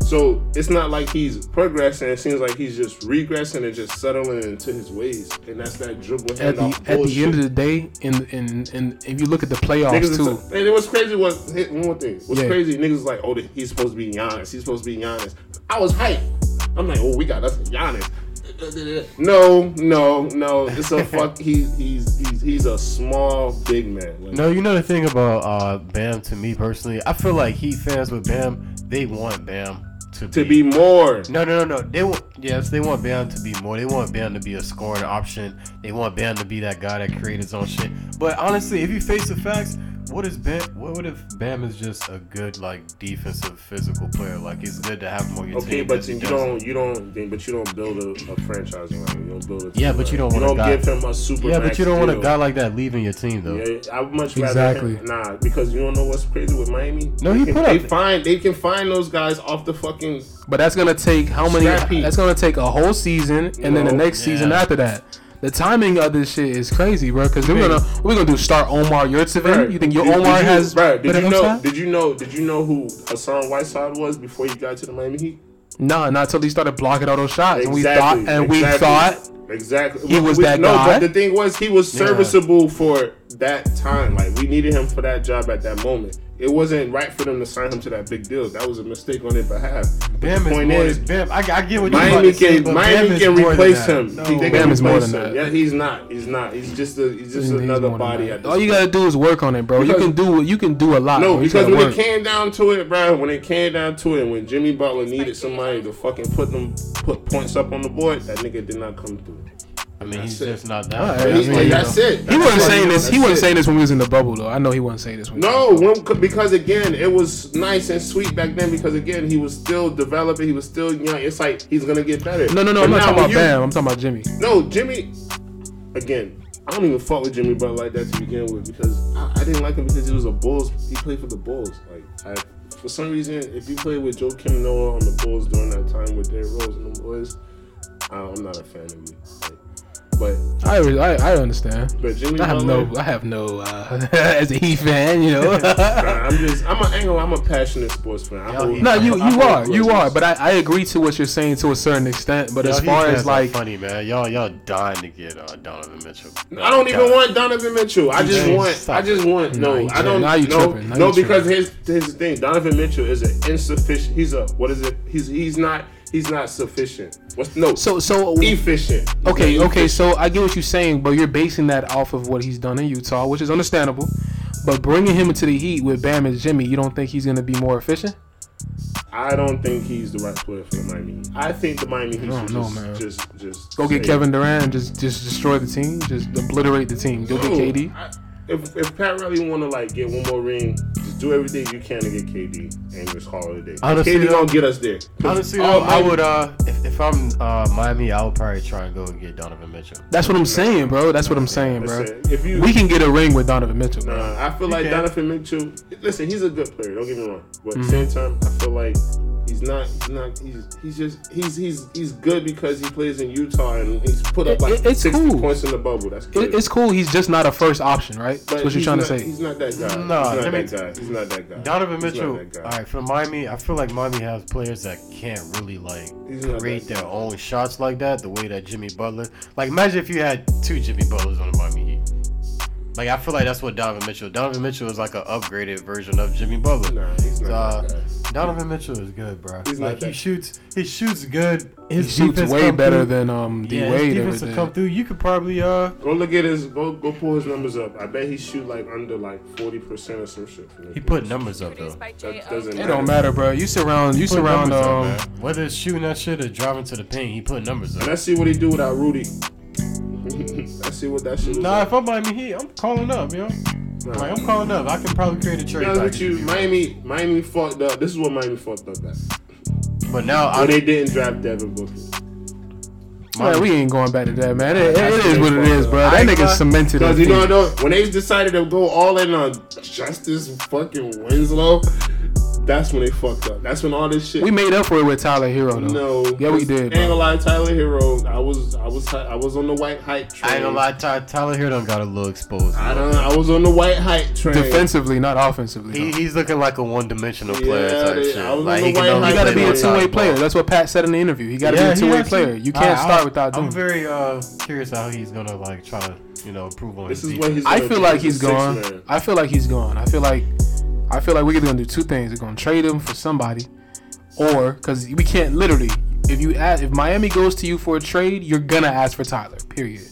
S3: So it's not like he's progressing. It seems like he's just regressing and just settling into his ways. And that's that dribble
S2: At the,
S3: handoff
S2: at the
S3: bullshit.
S2: end of the day, in in in if you look at the playoffs
S3: Niggas
S2: too,
S3: is, and it was crazy was hit one more thing. What's
S2: Yeah.
S3: crazy, niggas was like, oh, th- he's supposed to be Giannis. He's supposed to be Giannis. I was hyped. I'm like, oh, we got us a Giannis. No, no, no. It's a fuck. He, he's he's he's a small big man. Like,
S5: No, you know the thing about uh, Bam to me personally, I feel like Heat fans with Bam, they want Bam to,
S3: To be more.
S5: No, no, no, no. They want yes, they want Bam to be more. They want Bam to be a scoring option. They want Bam to be that guy that created his own shit. But honestly, if you face the facts, what is Bam? What would if Bam is just a good like defensive physical player? Like it's good to have him on your
S3: Okay,
S5: team.
S3: but
S5: just
S3: you
S5: does-
S3: don't, you don't, but you don't build a, a franchise around him. You don't build a team
S5: Yeah, but you
S3: around
S5: don't
S3: him.
S5: want a guy-
S3: You don't give him a super.
S5: Yeah, but you don't want a
S3: deal.
S5: guy like that leaving your team though.
S3: Yeah, I would much
S2: Exactly.
S3: rather him, nah because you don't know what's crazy with Miami.
S5: No,
S3: they
S5: he
S3: can,
S5: put
S3: they
S5: up-
S3: find they can find those guys off the fucking
S2: but that's gonna take how many?
S3: Scrap heap.
S2: That's gonna take a whole season, and then the
S3: No.
S2: next season
S5: Yeah.
S2: after that. The timing of this shit is crazy, bro. Because we're
S3: mean?
S2: gonna we're gonna do start Omar Yurtseven.
S3: Bruh,
S2: You think your
S3: did- did
S2: Omar
S3: you-
S2: has
S3: bruh, did
S2: better
S3: you know
S2: upside?
S3: did you know did you know who Hassan Whiteside was before he got to the Miami Heat?
S2: Nah, not until he started blocking all those shots, and we thought and we
S3: exactly,
S2: thought
S3: exactly
S2: he was
S3: We-
S2: that
S3: no,
S2: guy.
S3: But the thing was, he was serviceable for that time. Like we needed him for that job at that moment. It wasn't right for them to sign him to that big deal. That was a mistake on their behalf. But
S5: Bam
S3: the
S5: is
S3: point
S5: more
S3: is,
S5: than Bam. I, I get what you're
S3: Miami
S5: about to say,
S3: can
S5: but Bam
S3: Miami
S5: is
S3: can
S5: more than
S3: replace
S5: that.
S3: him.
S5: No.
S3: He- they can
S2: Bam is more
S3: replace
S2: than that.
S3: him. Yeah, he's not. He's not. He's just a. He's
S2: He's
S3: just another
S2: more than
S3: body.
S2: that.
S3: At this
S2: All you
S3: point.
S2: gotta do is work on it, bro.
S3: Because-
S2: you can do you can do a lot.
S3: No,
S2: bro. You just
S3: because
S2: gotta
S3: when
S2: work.
S3: it came down to it, bro, when it came down to it, when Jimmy Butler needed somebody to fucking put them put points up on the board, that nigga did not come through.
S5: I mean, he's
S3: That's it.
S5: just not
S2: All right,
S5: that. I
S2: I mean,
S5: mean,
S3: that's it.
S2: He
S3: That's
S2: wasn't
S3: it.
S2: saying this. He
S3: That's
S2: wasn't
S3: it.
S2: saying this when we was in the bubble, though. I know he wasn't saying this. When
S3: No, when, because again, it was nice and sweet back then. Because again, he was still developing. He was still young. It's like he's gonna get better.
S2: no, no, no.
S3: But
S2: I'm not
S3: now
S2: talking
S3: when
S2: about
S3: you-
S2: Bam. I'm talking about Jimmy.
S3: No, Jimmy. Again, I don't even fuck with Jimmy Butler like that to begin with because I, I didn't like him because he was a Bulls. He played for the Bulls. Like I, for some reason, if you play with Joe Kim Noah on the Bulls during that time with Derrick Rose and them boys, I, I'm not a fan of you. Like, but
S2: I I, I understand.
S3: but Jimmy
S2: I have
S3: Butler,
S2: no I have no uh, as a Heat fan, you know.
S3: nah, I'm just I'm an angle. I'm a passionate sports fan. I hold,
S2: no, you
S3: I
S2: you
S3: hold
S2: are you
S3: grudges.
S2: are, but I, I agree to what you're saying to a certain extent. But as
S5: Y'all
S2: far
S5: Heat
S2: as
S5: fans are
S2: like
S5: funny man, y'all y'all dying to get uh, Donovan Mitchell.
S3: I don't even
S5: God.
S3: want Donovan Mitchell. I just
S5: James,
S3: want.
S5: stop
S3: I just want. No,
S2: you
S3: I
S2: tripping.
S3: don't.
S2: Now you
S3: no,
S2: tripping. Now
S3: no,
S2: you
S3: because
S2: tripping.
S3: his his thing. Donovan Mitchell is an insufficient. He's a what is it? He's he's not he's not sufficient. What's no?
S2: so so
S3: efficient. He's
S2: okay
S3: not
S2: okay.
S3: efficient.
S2: So I get what you're saying, but you're basing that off of what he's done in Utah, which is understandable. But bringing him into the Heat with Bam and Jimmy, you don't think he's gonna be more efficient?
S3: I don't think he's the right player for the Miami. Heat. I think the Miami Heat
S2: don't
S3: should
S2: know, man.
S3: just, just just
S2: Go get
S3: say-
S2: Kevin Durant and just just destroy the team. Just obliterate the team. Go get
S3: Dude,
S2: KD.
S3: I- If, if Pat really want to like get one more ring, just do everything you can to get KD and just call it a day.
S5: Honestly,
S3: KD
S5: though-
S3: gonna get us there.
S5: Honestly,
S3: Oh,
S5: though, I
S3: Miami-
S5: would. Uh, if, if I'm uh, Miami, I would probably try and go and get Donovan Mitchell.
S2: That's what I'm saying, bro. That's what I'm saying, bro.
S3: Listen, if you
S2: We can get a ring with Donovan Mitchell, bro.
S3: Nah, Uh, I feel
S5: You
S3: like
S5: can't.
S3: Donovan Mitchell. Listen, he's a good player. Don't get me wrong, but
S2: Mm.
S3: at the same time, I feel like he's not. He's not. He's he's just he's he's he's good because he plays in Utah and he's put up
S2: It-
S3: like
S2: it- it's
S3: sixty
S2: cool.
S3: points in the bubble. That's good.
S2: It- it's cool. He's just not a first option, right?
S3: But
S2: That's what you're
S3: he's
S2: trying
S3: not,
S2: to say.
S3: He's not that guy. he's
S5: Nah, I
S3: not
S5: mean,
S3: that guy. He's not that guy.
S5: Donovan
S3: He's not
S5: Mitchell.
S3: that guy.
S5: All right, for Miami, I feel like Miami has players that can't really like
S3: He's not
S5: create
S3: that-
S5: their own shots like that. The way that Jimmy Butler, like imagine if you had two Jimmy Butlers on the Miami Heat. Like I feel like that's what Donovan Mitchell. Donovan Mitchell is like an upgraded version of Jimmy
S3: Nah,
S5: Butler.
S3: he's not
S5: Uh,
S3: that guy.
S5: Donovan Mitchell is good, bro.
S3: He's not
S5: like he
S3: that-
S5: shoots, he shoots good. His
S2: He shoots
S5: defense
S2: way
S5: come
S2: better
S5: through.
S2: than um D
S5: yeah, his
S2: Wade ever
S5: defense will come
S2: did.
S5: through. You could probably uh
S3: Go look at his. Go go pull his numbers up. I bet he shoot like under like forty percent or some shit. from the
S5: he
S3: three.
S5: put numbers up though.
S4: Produced by
S3: That
S4: J.O.
S3: doesn't
S2: It don't matter, bro. You surround you
S5: Put
S2: surround
S5: numbers
S2: um
S5: up, man. whether it's shooting that shit or driving to the paint, he put numbers up.
S3: Let's see what he do without Rudy. Let's see what that shit. was
S5: Nah,
S3: like.
S5: if I'm Miami Heat, I'm calling up, yo.
S3: Nah.
S5: Like I'm calling up. I can probably create a
S3: Be
S5: trade.
S3: honest
S5: package
S3: with you,
S5: if you want.
S3: Miami, Miami fucked up. This is what Miami fucked up at.
S5: But now
S3: Oh,
S5: I
S3: they didn't draft Devin Booker.
S2: Man, we ain't going back to that, man. It- it
S3: That's
S2: is what it is, bro. That
S5: I-
S2: nigga
S5: I-
S2: cemented
S3: Because
S2: his
S3: you know,
S2: team.
S3: what, though? when they decided to go all in on Justice fucking Winslow, that's when they fucked up. That's when all this shit.
S2: We made up for it with Tyler Hero, though.
S3: no,
S2: Yeah, we did,
S3: Ain't
S2: bro.
S3: gonna lie, Tyler Hero. I was, I was, hy- I was on the white hype train.
S5: I ain't gonna lie, Ty, Tyler here done got a little exposed.
S3: I don't. I was on the white hype train.
S2: Defensively, not offensively.
S5: He,
S2: though.
S5: he's looking like a one dimensional
S3: Yeah,
S5: player type
S3: they-
S5: shit.
S3: I was
S5: Like
S3: on
S5: he
S3: the
S5: can
S3: way
S5: only
S3: high
S2: You gotta be
S5: play
S2: a
S5: one
S2: two way
S5: side
S2: player.
S5: ball.
S2: That's what Pat said in the interview. You gotta be a
S5: he
S2: two way
S5: actually-
S2: player. You
S5: I-
S2: can't
S5: I-
S2: start without doing.
S5: I'm very uh, curious how he's gonna like try to you know improve on
S3: This
S5: his
S3: is what
S5: defense.
S3: he's.
S2: I
S3: gonna
S2: feel
S3: do.
S2: like
S3: He's
S2: he's
S3: a six
S2: gone.
S3: man.
S2: I feel like he's gone. I feel like I feel like we're gonna do two things. We're gonna trade him for somebody, or because we can't literally. If you ask, if Miami goes to you for a trade, you're gonna ask for Tyler. Period.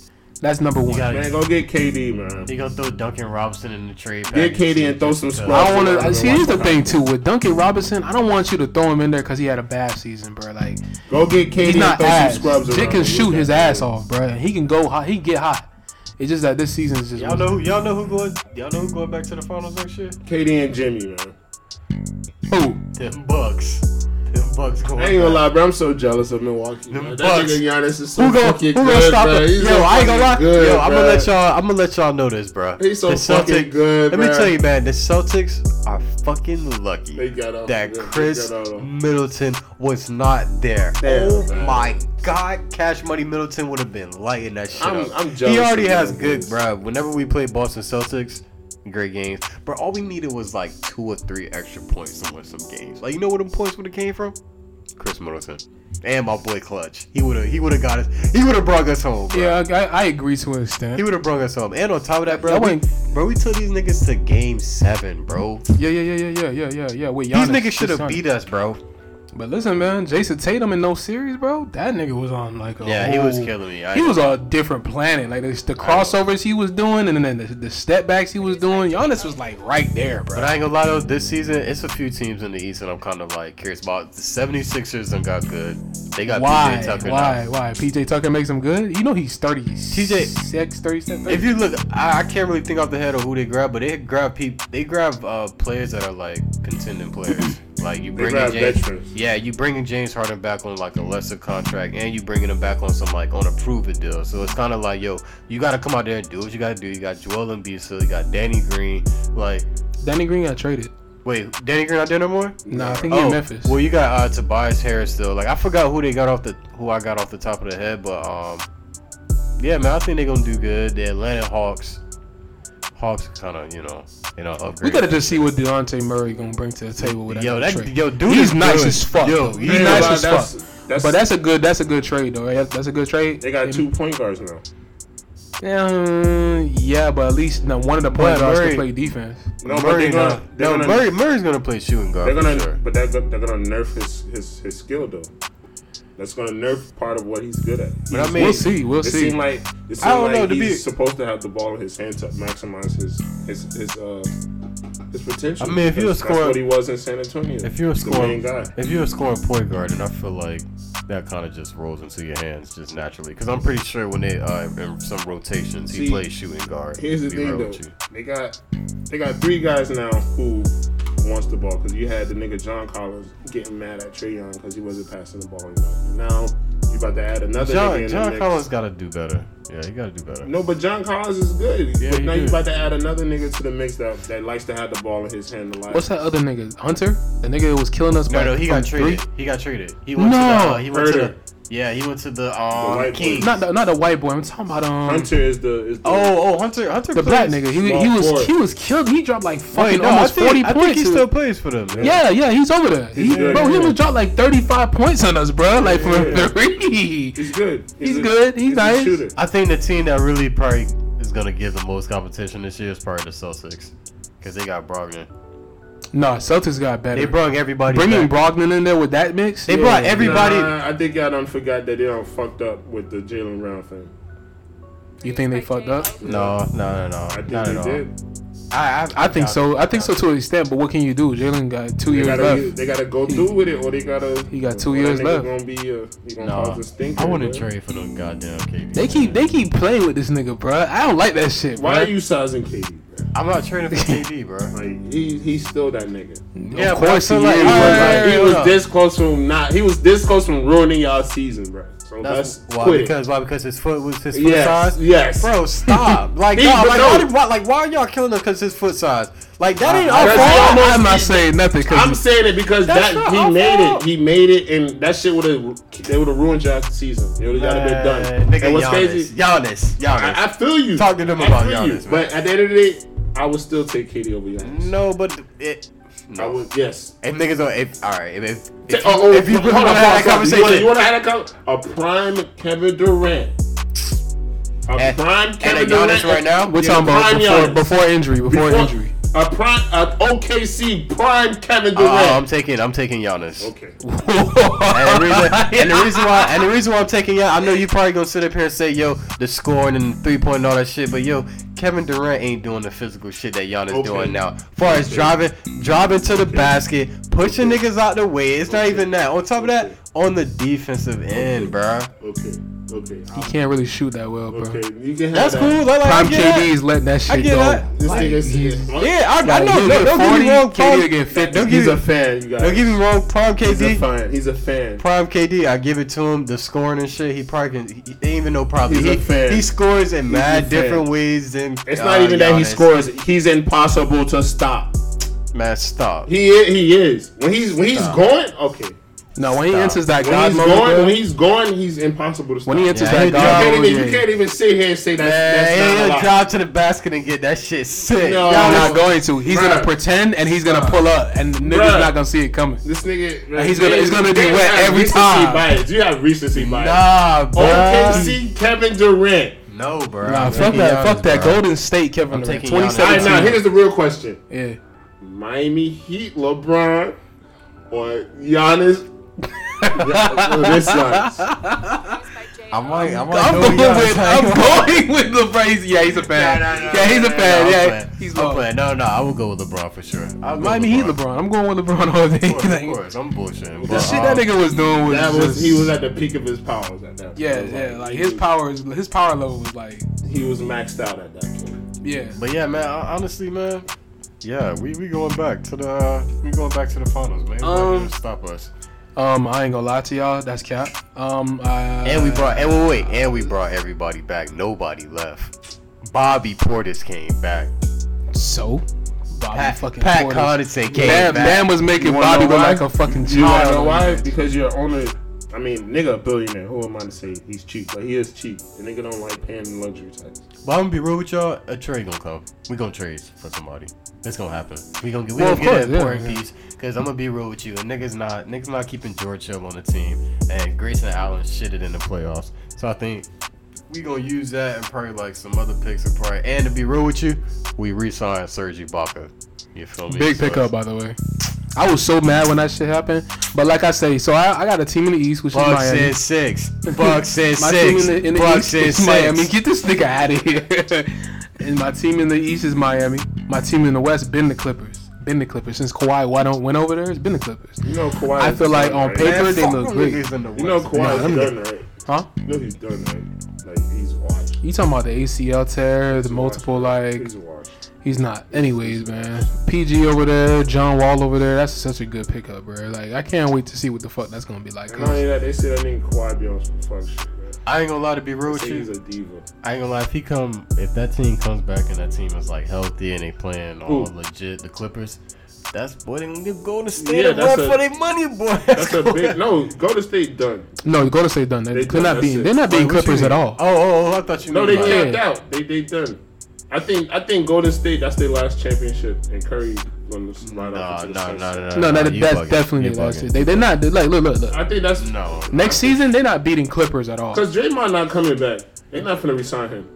S2: That's number one.
S5: gotta-
S3: Man, go get KD, man.
S5: He gonna throw Duncan Robinson in the trade.
S3: Get
S5: package,
S3: KD
S5: too,
S3: and throw
S5: just
S3: some
S5: because-
S3: scrubs.
S2: I don't want to
S3: Robinson,
S2: see. Here's the
S3: Robinson.
S2: thing too with Duncan Robinson. I don't want you to throw him in there because he had a bad season, bro. Like
S3: Go get KD
S2: he's
S3: and
S2: not
S3: throw
S2: ass.
S3: some scrubs around.
S2: Jit can
S3: him.
S2: shoot
S3: Look
S2: his
S3: at
S2: ass
S3: him.
S2: off, bro. He can go hot. He can get hot. It's just that this season is just.
S5: Y'all know who? Y'all know who going? Y'all know who going back to the finals next year?
S3: KD and Jimmy, man.
S2: who?
S5: Them Bucks. Them Bucks going.
S3: I ain't gonna
S5: back.
S3: lie, bro. I'm so jealous of Milwaukee.
S5: Them
S3: bro. That
S5: Bucks.
S3: nigga Giannis is so
S2: Who gonna, who
S3: fucking
S2: gonna
S3: good,
S2: stop
S3: bro.
S2: him?
S3: He's
S2: Yo,
S3: so
S2: I ain't gonna
S3: fucking
S2: lie.
S3: Good,
S5: Yo, I'm
S3: bro.
S5: gonna let y'all. I'm gonna let y'all know this, bro.
S3: He's so fucking good,
S5: Let me
S3: bruh.
S5: tell you, man. The Celtics are fucking lucky
S3: They got off
S5: that
S3: good. They
S5: Chris
S3: got off.
S5: Middleton was not there.
S3: Damn,
S5: oh
S3: man.
S5: my God, Cash Money Middleton would have been lighting that shit
S3: I'm-
S5: up.
S3: I'm jealous
S5: he already
S3: of
S5: has
S3: them
S5: good,
S3: boys.
S5: bro. Whenever we play Boston Celtics. Great games, but all we needed was like two or three extra points to win some games. Like you know where them points would have came from? Chris Middleton and my boy Clutch. He would have, he would have got us, he would have brought us home. Bro.
S2: Yeah, I, I agree to an extent.
S5: He would have brought us home. And on top of that, bro,
S2: Y'all
S5: we,
S2: ain't-
S5: bro, we took these niggas to game seven, bro. These
S2: Yeah, yeah, yeah, yeah, yeah, yeah, yeah, yeah. Wait,
S5: niggas should have beat us, bro.
S2: But listen, man, Jason Tatum in no series, bro. That nigga was on like a
S5: Yeah, he was
S2: whole-
S5: killing me. I-
S2: he was on a different planet. Like the, the crossovers he was doing, and then the, the step backs he was doing. Giannis was like right there, bro.
S5: But I ain't gonna lie though, this season it's a few teams in the East that I'm kind of like curious about. The 76ers done got good. They got
S2: why?
S5: PJ Tucker
S2: why?
S5: now.
S2: Why? PJ Tucker makes him good. You know he's thirty six, thirty seven.
S5: If you look, I, I can't really think off the head of who they grab, but they grab people. They grab uh, players that are like contending players. Like you bring
S3: grab
S5: in James,
S3: veterans.
S5: yeah, you bringing James Harden back on like a lesser contract, and you bringing him back on some like on a prove it deal. So it's kind of like, yo, you got to come out there and do what you got to do. You got Joel Embiid, so you got Danny Green. Like,
S2: Danny Green got traded.
S5: wait, Danny Green out there no more? Oh,
S2: Nah, I think he in Memphis.
S5: Well, you got uh, Tobias Harris still. Like I forgot who they got off the who I got off the top of the head, but um, yeah, man, I think they're gonna do good. The Atlanta Hawks, Hawks, kind of you know, you know, upgrade.
S2: we gotta just see what Deontay Murray gonna bring to the table with that
S5: Yo, that
S2: trade.
S5: yo, dude,
S2: he's
S5: is
S2: nice
S5: good.
S2: as fuck.
S5: Yo,
S2: though.
S5: he-
S2: he's
S3: Man,
S2: nice
S3: but
S2: as
S3: that's-
S2: fuck.
S3: that's-
S2: but that's a good that's a good trade though. right? That's a good trade.
S3: They got two point guards now.
S2: Yeah, Mm, yeah, but at least no, one of the
S5: But
S2: point guards
S5: Murray-
S2: can play defense.
S3: No, but
S5: Murray,
S3: they're
S5: gonna,
S3: gonna, they're
S5: no,
S3: gonna,
S5: Murray, Murray's gonna play shooting guard.
S3: they're gonna,
S5: for sure.
S3: but they're, gonna- they're gonna nerf his, his his skill though. That's gonna nerf part of what he's good at.
S5: But I mean,
S2: We'll see. We'll
S3: It
S2: see.
S3: seemed like it seemed
S5: I don't
S3: like
S5: know, to
S3: he's
S5: be-
S3: supposed to have the ball in his hand to maximize his his his uh His potential.
S5: I mean, if you
S3: That's- that's
S5: a scorer-
S3: what he was in San Antonio.
S5: If you're a
S3: The main
S5: scoring,
S3: guy.
S5: if you're a scoring point guard, and I feel like that kind of just rolls into your hands just naturally, because I'm pretty sure when they uh, in some rotations he
S3: See,
S5: plays shooting guard.
S3: Here's the
S5: to be
S3: thing
S5: real
S3: though,
S5: with you.
S3: they got they got three guys now who wants the ball because you had the nigga John Collins getting mad at Trey Young because he wasn't passing the ball enough. Now you about to add another nigga
S5: John,
S3: in the
S5: John
S3: mix.
S5: Collins got to do better. Yeah, he got to do better.
S3: No, but John Collins is good.
S5: Yeah,
S3: but
S5: he
S3: now you
S5: good.
S3: about to add another nigga to the mix that, that likes to have the ball in his hand a lot.
S2: What's that other nigga? Hunter? The nigga that was killing us.
S5: No,
S2: by-
S5: no, he got
S2: from
S5: traded.
S2: three?
S5: He got traded. He went to the,
S2: No!
S5: uh, he went to the,
S3: Herder.
S5: yeah, he went to the um
S3: white boy.
S5: Kings.
S2: Not the, not the white boy. I'm talking about um
S3: Hunter is the is the
S5: oh, oh, Hunter, Hunter,
S2: the black
S5: plays.
S2: nigga. He, he
S3: Small
S2: was
S3: forward.
S2: he was killed. He dropped like
S5: Wait,
S2: fucking
S5: no,
S2: almost
S5: I think,
S2: forty
S5: I think
S2: points.
S5: he still plays for them. Man.
S2: yeah, yeah, he's over there. He,
S3: good,
S2: bro, he
S3: yeah.
S2: was dropped like thirty five points on us, bro. Like from
S3: Yeah.
S2: three.
S3: he's good.
S2: He's good. He's nice.
S3: A shooter.
S5: I think the team that really probably is gonna give the most competition this year is probably the Celtics, because they got Brogdon.
S2: No, Celtics got better.
S5: They brought everybody.
S2: Bringing
S5: back.
S2: Brogdon in there with that mix.
S5: They brought
S2: yeah.
S5: everybody.
S3: Nah, I think y'all done forgot that they don't fucked up with the Jalen Brown thing.
S2: You think they fucked up?
S5: No, no, no, no.
S3: I think
S5: not
S3: they
S5: at all.
S3: did.
S5: I,
S2: I think so. I think so to an extent. But what can you do? Jalen got two
S3: They
S2: years
S3: gotta,
S2: left.
S3: they gotta go through with it, or they gotta.
S2: He got two
S3: or that
S2: years
S3: nigga
S2: left.
S3: Gonna be uh, he gonna
S5: Nah,
S3: cause a stinker.
S5: I wouldn't
S3: bro.
S5: trade for them goddamn KD.
S2: They keep they keep playing with this nigga, bro. I don't like that shit, bro.
S3: Why are you sizing KD? Bro?
S5: I'm not trading for KD, bro.
S3: Like he, he's still that nigga.
S5: Yeah,
S2: of
S5: but I
S2: course he
S5: feel
S2: is.
S5: like-
S2: Like,
S5: Alright,
S3: Like, he
S5: yeah,
S3: was
S5: yeah.
S3: this close from not. He was this close from ruining y'all season, bro. So
S5: That's
S3: let's
S5: why
S3: quit it.
S5: because why because his foot was his foot
S3: Yes,
S5: size.
S3: yes.
S5: Bro, stop! Like,
S3: He-
S5: nah, like,
S3: no.
S5: why, did- why, like, why are y'all killing him because his foot size? Like, that ain't
S3: That's
S5: our fault.
S3: almost-
S2: I'm not saying nothing
S3: I'm
S2: because
S3: saying it because
S5: That's
S3: that
S5: not
S3: he
S5: our
S3: made
S5: fault.
S3: it. He made it, and that shit would have they would have ruined y'all season. It would have been done.
S5: Nigga,
S3: and what's
S5: Giannis,
S3: crazy?
S5: Giannis, Giannis.
S3: I, I feel you.
S5: Talk to them
S3: I
S5: about
S3: feel
S5: Giannis,
S3: you.
S5: man.
S3: But at the end of the day, I would still take KD over Giannis.
S5: no, but it.
S3: I
S5: No.
S3: would. Yes,
S5: If niggas don't, if all right, if if,
S3: If,
S5: if, if you really want to have that conversation,
S3: you want to have that conversation. A prime Kevin Durant. A
S5: Eh. And-
S3: prime Kevin
S5: and a Giannis
S3: Durant
S5: right now?
S2: we're
S3: Yeah,
S2: talking about
S3: prime
S2: before,
S3: Giannis.
S2: before injury, before,
S3: Before-
S2: injury.
S3: A prime, a OKC prime Kevin
S5: Uh,
S3: Durant.
S5: I'm taking, I'm taking Giannis.
S3: okay.
S5: And the, reason, and the reason why, and the reason why I'm taking Giannis, I know you probably gonna sit up here and say, yo, the scoring and the three point and all that shit, but yo, Kevin Durant ain't doing the physical shit that Giannis
S3: Okay.
S5: doing now. far as driving, driving to the basket, pushing niggas out the way. It's not even that. On top of that, on the defensive end, bruh.
S3: Okay. Okay. Uh,
S2: he can't really shoot that well, bro.
S3: Okay. You can have
S5: That's
S3: that.
S5: cool. I like
S2: Prime
S5: I get
S2: KD is letting that
S5: That. I
S2: shit
S5: get
S2: go.
S5: that.
S3: This nigga like,
S5: Yeah, I, I
S2: Like,
S5: know.
S2: he'll
S5: No,
S2: get
S5: don't get me
S2: 40,
S5: wrong.
S2: KD
S5: Prime,
S2: will get 50.
S5: Don't get
S3: He's
S5: me,
S3: a fan, you guys.
S5: don't get me wrong. Prime
S3: He's a
S5: KD.
S3: fan. He's a fan.
S5: Prime KD, I give it to him. The scoring and shit, he probably can. He, he ain't even no problem.
S3: He's
S5: he,
S3: a fan.
S5: he scores in mad
S3: fan.
S5: different ways. Than
S3: It's
S5: uh,
S3: not even that he
S5: Giannis.
S3: scores. He's impossible to stop.
S5: Man, stop.
S3: He is. He is. When he's when he's going. Okay.
S2: No, when he
S5: Stop.
S2: enters that
S3: When
S2: God
S3: he's
S2: mode,
S3: going,
S2: bro,
S3: when he's going, he's impossible to stop.
S2: when he enters
S5: Yeah,
S2: that
S5: he-
S2: God
S3: you,
S2: mode,
S3: can't even,
S2: yeah.
S3: you can't even sit here and say that's,
S5: Man,
S3: that's
S5: he'll
S3: not a lot.
S5: drive to the basket and get that shit sick.
S3: No.
S2: I'm
S5: Giannis-
S2: not going to. He's
S3: uh, Bruh.
S2: gonna pretend and he's gonna pull up, and the niggas
S3: Bruh.
S2: not gonna see it coming.
S3: This nigga,
S2: he's gonna- it's gonna be
S3: They
S2: wet
S3: have
S2: every
S3: recency
S2: time.
S3: Bias. You have recency bias.
S5: Nah, bro.
S3: OKC Kevin Durant.
S5: No, bro.
S2: Nah,
S5: I'm
S2: fuck
S5: taking
S2: that.
S5: Giannis,
S2: Fuck that.
S5: bro.
S2: Golden State, Kevin. Durant,
S5: taking Giannis.
S3: All right, now
S2: 2017.
S3: here's the real question:
S2: Yeah.
S3: Miami Heat, LeBron, or Giannis? Renaissance.
S5: I'm like, I'm like,
S2: I'm
S5: no,
S2: going
S5: Giannis.
S2: with. I'm going with LeBron. Yeah, he's a fan. yeah, he's a fan.
S5: No,
S2: yeah,
S5: I'm playing.
S2: he's
S5: I'm
S2: low.
S5: playing. No, no, I will go with LeBron for sure. I'll go
S2: Miami Heat, LeBron. I'm going with LeBron all day.
S5: Of course,
S2: Like,
S5: of course. I'm bullshitting.
S2: The
S5: but,
S2: shit that
S5: um,
S2: nigga was doing was
S3: That
S2: just-
S3: was he was at the peak of his powers at that. point.
S2: Yeah, yeah. Like his power is his power level was like
S3: he was maxed out at that point.
S2: yeah.
S5: But yeah, man. hon- Honestly, man. Yeah, we, we going back to the uh, we going back to the finals, man.
S2: Um,
S5: Um, stop us.
S2: Um, I ain't gonna lie to y'all. That's cap. Um, I,
S5: And we brought and wait, wait, and we brought everybody back. Nobody left. Bobby Portis came back.
S2: so Bobby
S5: Pat,
S2: fucking
S5: Pat
S2: Portis.
S5: Connaughton came
S2: Bam,
S5: back.
S2: Bam was making
S3: You wanna
S2: Bobby
S3: know
S2: look
S3: why?
S2: like a fucking
S3: You wanna know
S2: child.
S3: why? Because you're only, I mean, nigga, a billionaire. Who am I to say he's cheap? But he is cheap. The nigga don't like paying luxury tax.
S5: But I'm gonna be real with y'all. A trade gonna come. We gonna trade for somebody. It's gonna happen. We gonna get we
S2: Well,
S5: gonna
S2: of
S5: get
S2: course,
S5: an
S2: yeah,
S5: important
S2: yeah.
S5: piece. Cause I'm gonna be real with you. A niggas not niggas not keeping George Hill on the team, and Grayson Allen shitted in the playoffs. So I think we gonna use that and probably like some other picks and probably. And to be real with you, we re-signed Serge Ibaka. You feel me?
S2: Big
S5: So
S2: pickup, uh, by the way. I was so mad when that shit happened. But like I say, so I, I got a team in the East, which is
S5: Bucks
S2: Miami.
S5: in six. Bucks in
S2: My team
S5: six.
S2: in the, in the
S5: Bucks
S2: East
S5: in
S2: is
S5: six.
S2: Miami. Get this nigga out of here. and my team in the East is Miami. My team in the West been the Clippers. been the Clippers since Kawhi. Why don't went over there? It's been the Clippers.
S3: You know Kawhi.
S2: I feel like on paper
S5: Man,
S2: they
S5: fuck
S2: look
S5: them
S2: great.
S5: niggas in the
S3: You know
S5: West.
S3: Kawhi's
S2: Nah, them
S3: done right.
S2: Huh?
S3: You know he's done right. Like he's washed.
S2: You talking about the ACL tear, the multiple like
S3: He's washed.
S2: he's not. Anyways, man, PG over there, John Wall over there. That's such a good pickup, bro. Like I can't wait to see what the fuck that's gonna be like.
S3: And not only that, they say that nigga Kawhi be on some fuck shit. Man.
S5: I ain't gonna lie to be real
S3: They
S5: with
S3: say he's
S5: you.
S3: a diva.
S5: I ain't gonna lie. If he come, if that team comes back and that team is like healthy and they playing all
S3: Who?
S5: legit, the Clippers. That's boy. They gonna give Golden State
S3: Yeah,
S5: a
S3: that's
S5: run
S3: a-
S5: for their money, boy.
S3: That's a big no. Golden State done.
S2: No, Golden State done. They,
S3: They
S2: they're
S3: done,
S2: not
S3: that's
S2: being.
S3: it.
S2: They're not
S3: Wait,
S2: being
S3: what you
S2: Clippers at
S3: mean?
S2: all.
S5: Oh, oh, oh, I thought you.
S3: No,
S5: knew
S3: they
S5: about
S2: Yeah.
S5: it.
S3: capped out. They they done. I think I think Golden State that's their last championship, and Curry gonna slide off
S5: No,
S3: into the
S5: no, no,
S3: sunset.
S2: No,
S5: no, no,
S2: that,
S5: you
S2: that's
S5: bugging.
S2: definitely
S5: You
S2: the last
S5: bugging.
S2: year. They, they're not. They're like, look, look, look.
S3: I think that's
S5: No,
S2: Next season, they're not beating Clippers at all.
S3: because Draymond not coming back. They not finna resign him.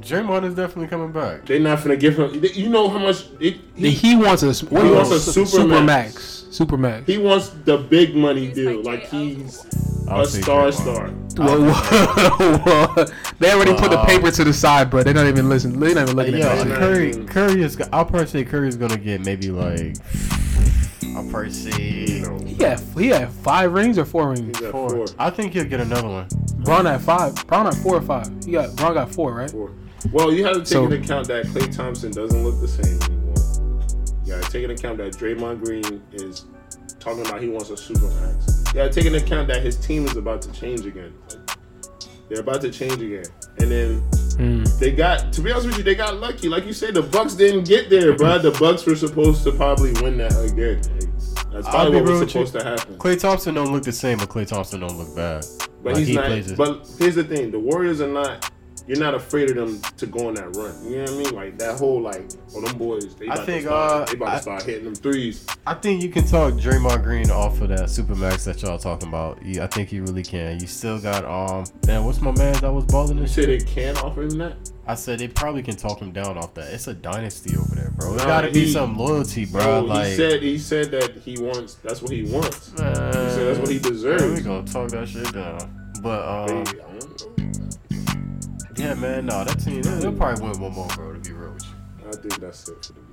S5: Draymond is definitely coming back.
S3: They not finna give him. You know how much it,
S2: He,
S3: he, he
S2: wants a what do
S3: he
S2: you
S3: wants
S2: call
S3: a
S2: it? Su-
S3: Supermax.
S2: Supermax. Supermax.
S3: wants the big money
S4: He's
S3: deal.
S4: like
S3: Like
S4: J.O.
S3: he's
S5: I'll
S3: a
S5: take
S3: star
S5: Draymond.
S3: star.
S2: Whoa, whoa, whoa. They already put the
S5: Wow.
S2: paper to the side, bro. They're not even listening. They're not even looking
S5: Yeah,
S2: at
S3: man.
S2: that.
S5: Curry. Curry is. go- I'll probably say Curry's gonna get maybe like. I'll probably say.
S3: You know,
S2: He had he had five rings or four rings.
S3: he's at
S5: Four.
S3: four.
S5: I think he'll get another one.
S2: Braun had five. Braun had four or five. He got Braun got four, right?
S3: Four. Well, you have to take
S2: So-
S3: into account that Klay Thompson doesn't look the same anymore. You gotta take into account that Draymond Green is talking about he wants a supermax. You gotta take into account that his team is about to change again. Like, they're about to change again, and then
S5: Hmm.
S3: they got. To be honest with you, they got lucky. Like you said, the Bucks didn't get there, bro. The Bucks were supposed to probably win that again. That's
S5: I'll
S3: probably
S5: be
S3: what
S5: real
S3: was
S5: with you.
S3: supposed to happen.
S5: Klay Thompson don't look the same, but Klay Thompson don't look bad.
S3: But
S5: Like,
S3: he's
S5: he
S3: not.
S5: plays it.
S3: But here's the thing: the Warriors are not. You're not afraid of them to go on that run. You know what I mean? Like that whole like, oh them boys. They
S5: I
S3: about
S5: think,
S3: to start,
S5: uh,
S3: they about
S5: I-
S3: to start hitting them threes.
S5: I think you can talk Draymond Green off of that supermax that y'all talking about. Yeah, I think you really can. You still got um man, what's my man that was balling
S3: You
S5: this
S3: say
S5: shit?
S3: they can offer him that?
S5: I said they probably can talk him down off that. It's a dynasty over there, bro. It
S3: Nah,
S5: gotta be
S3: he-
S5: some loyalty, bro.
S3: Bro,
S5: like
S3: Oh, he said he said that he wants. That's what he wants.
S5: man,
S3: said that's what he deserves.
S5: We gonna talk that shit down. But um
S3: They- I don't know.
S5: yeah, man, no, that team they'll, they'll probably win one more, bro, to be real with you.
S3: I think that's it for the Warriors.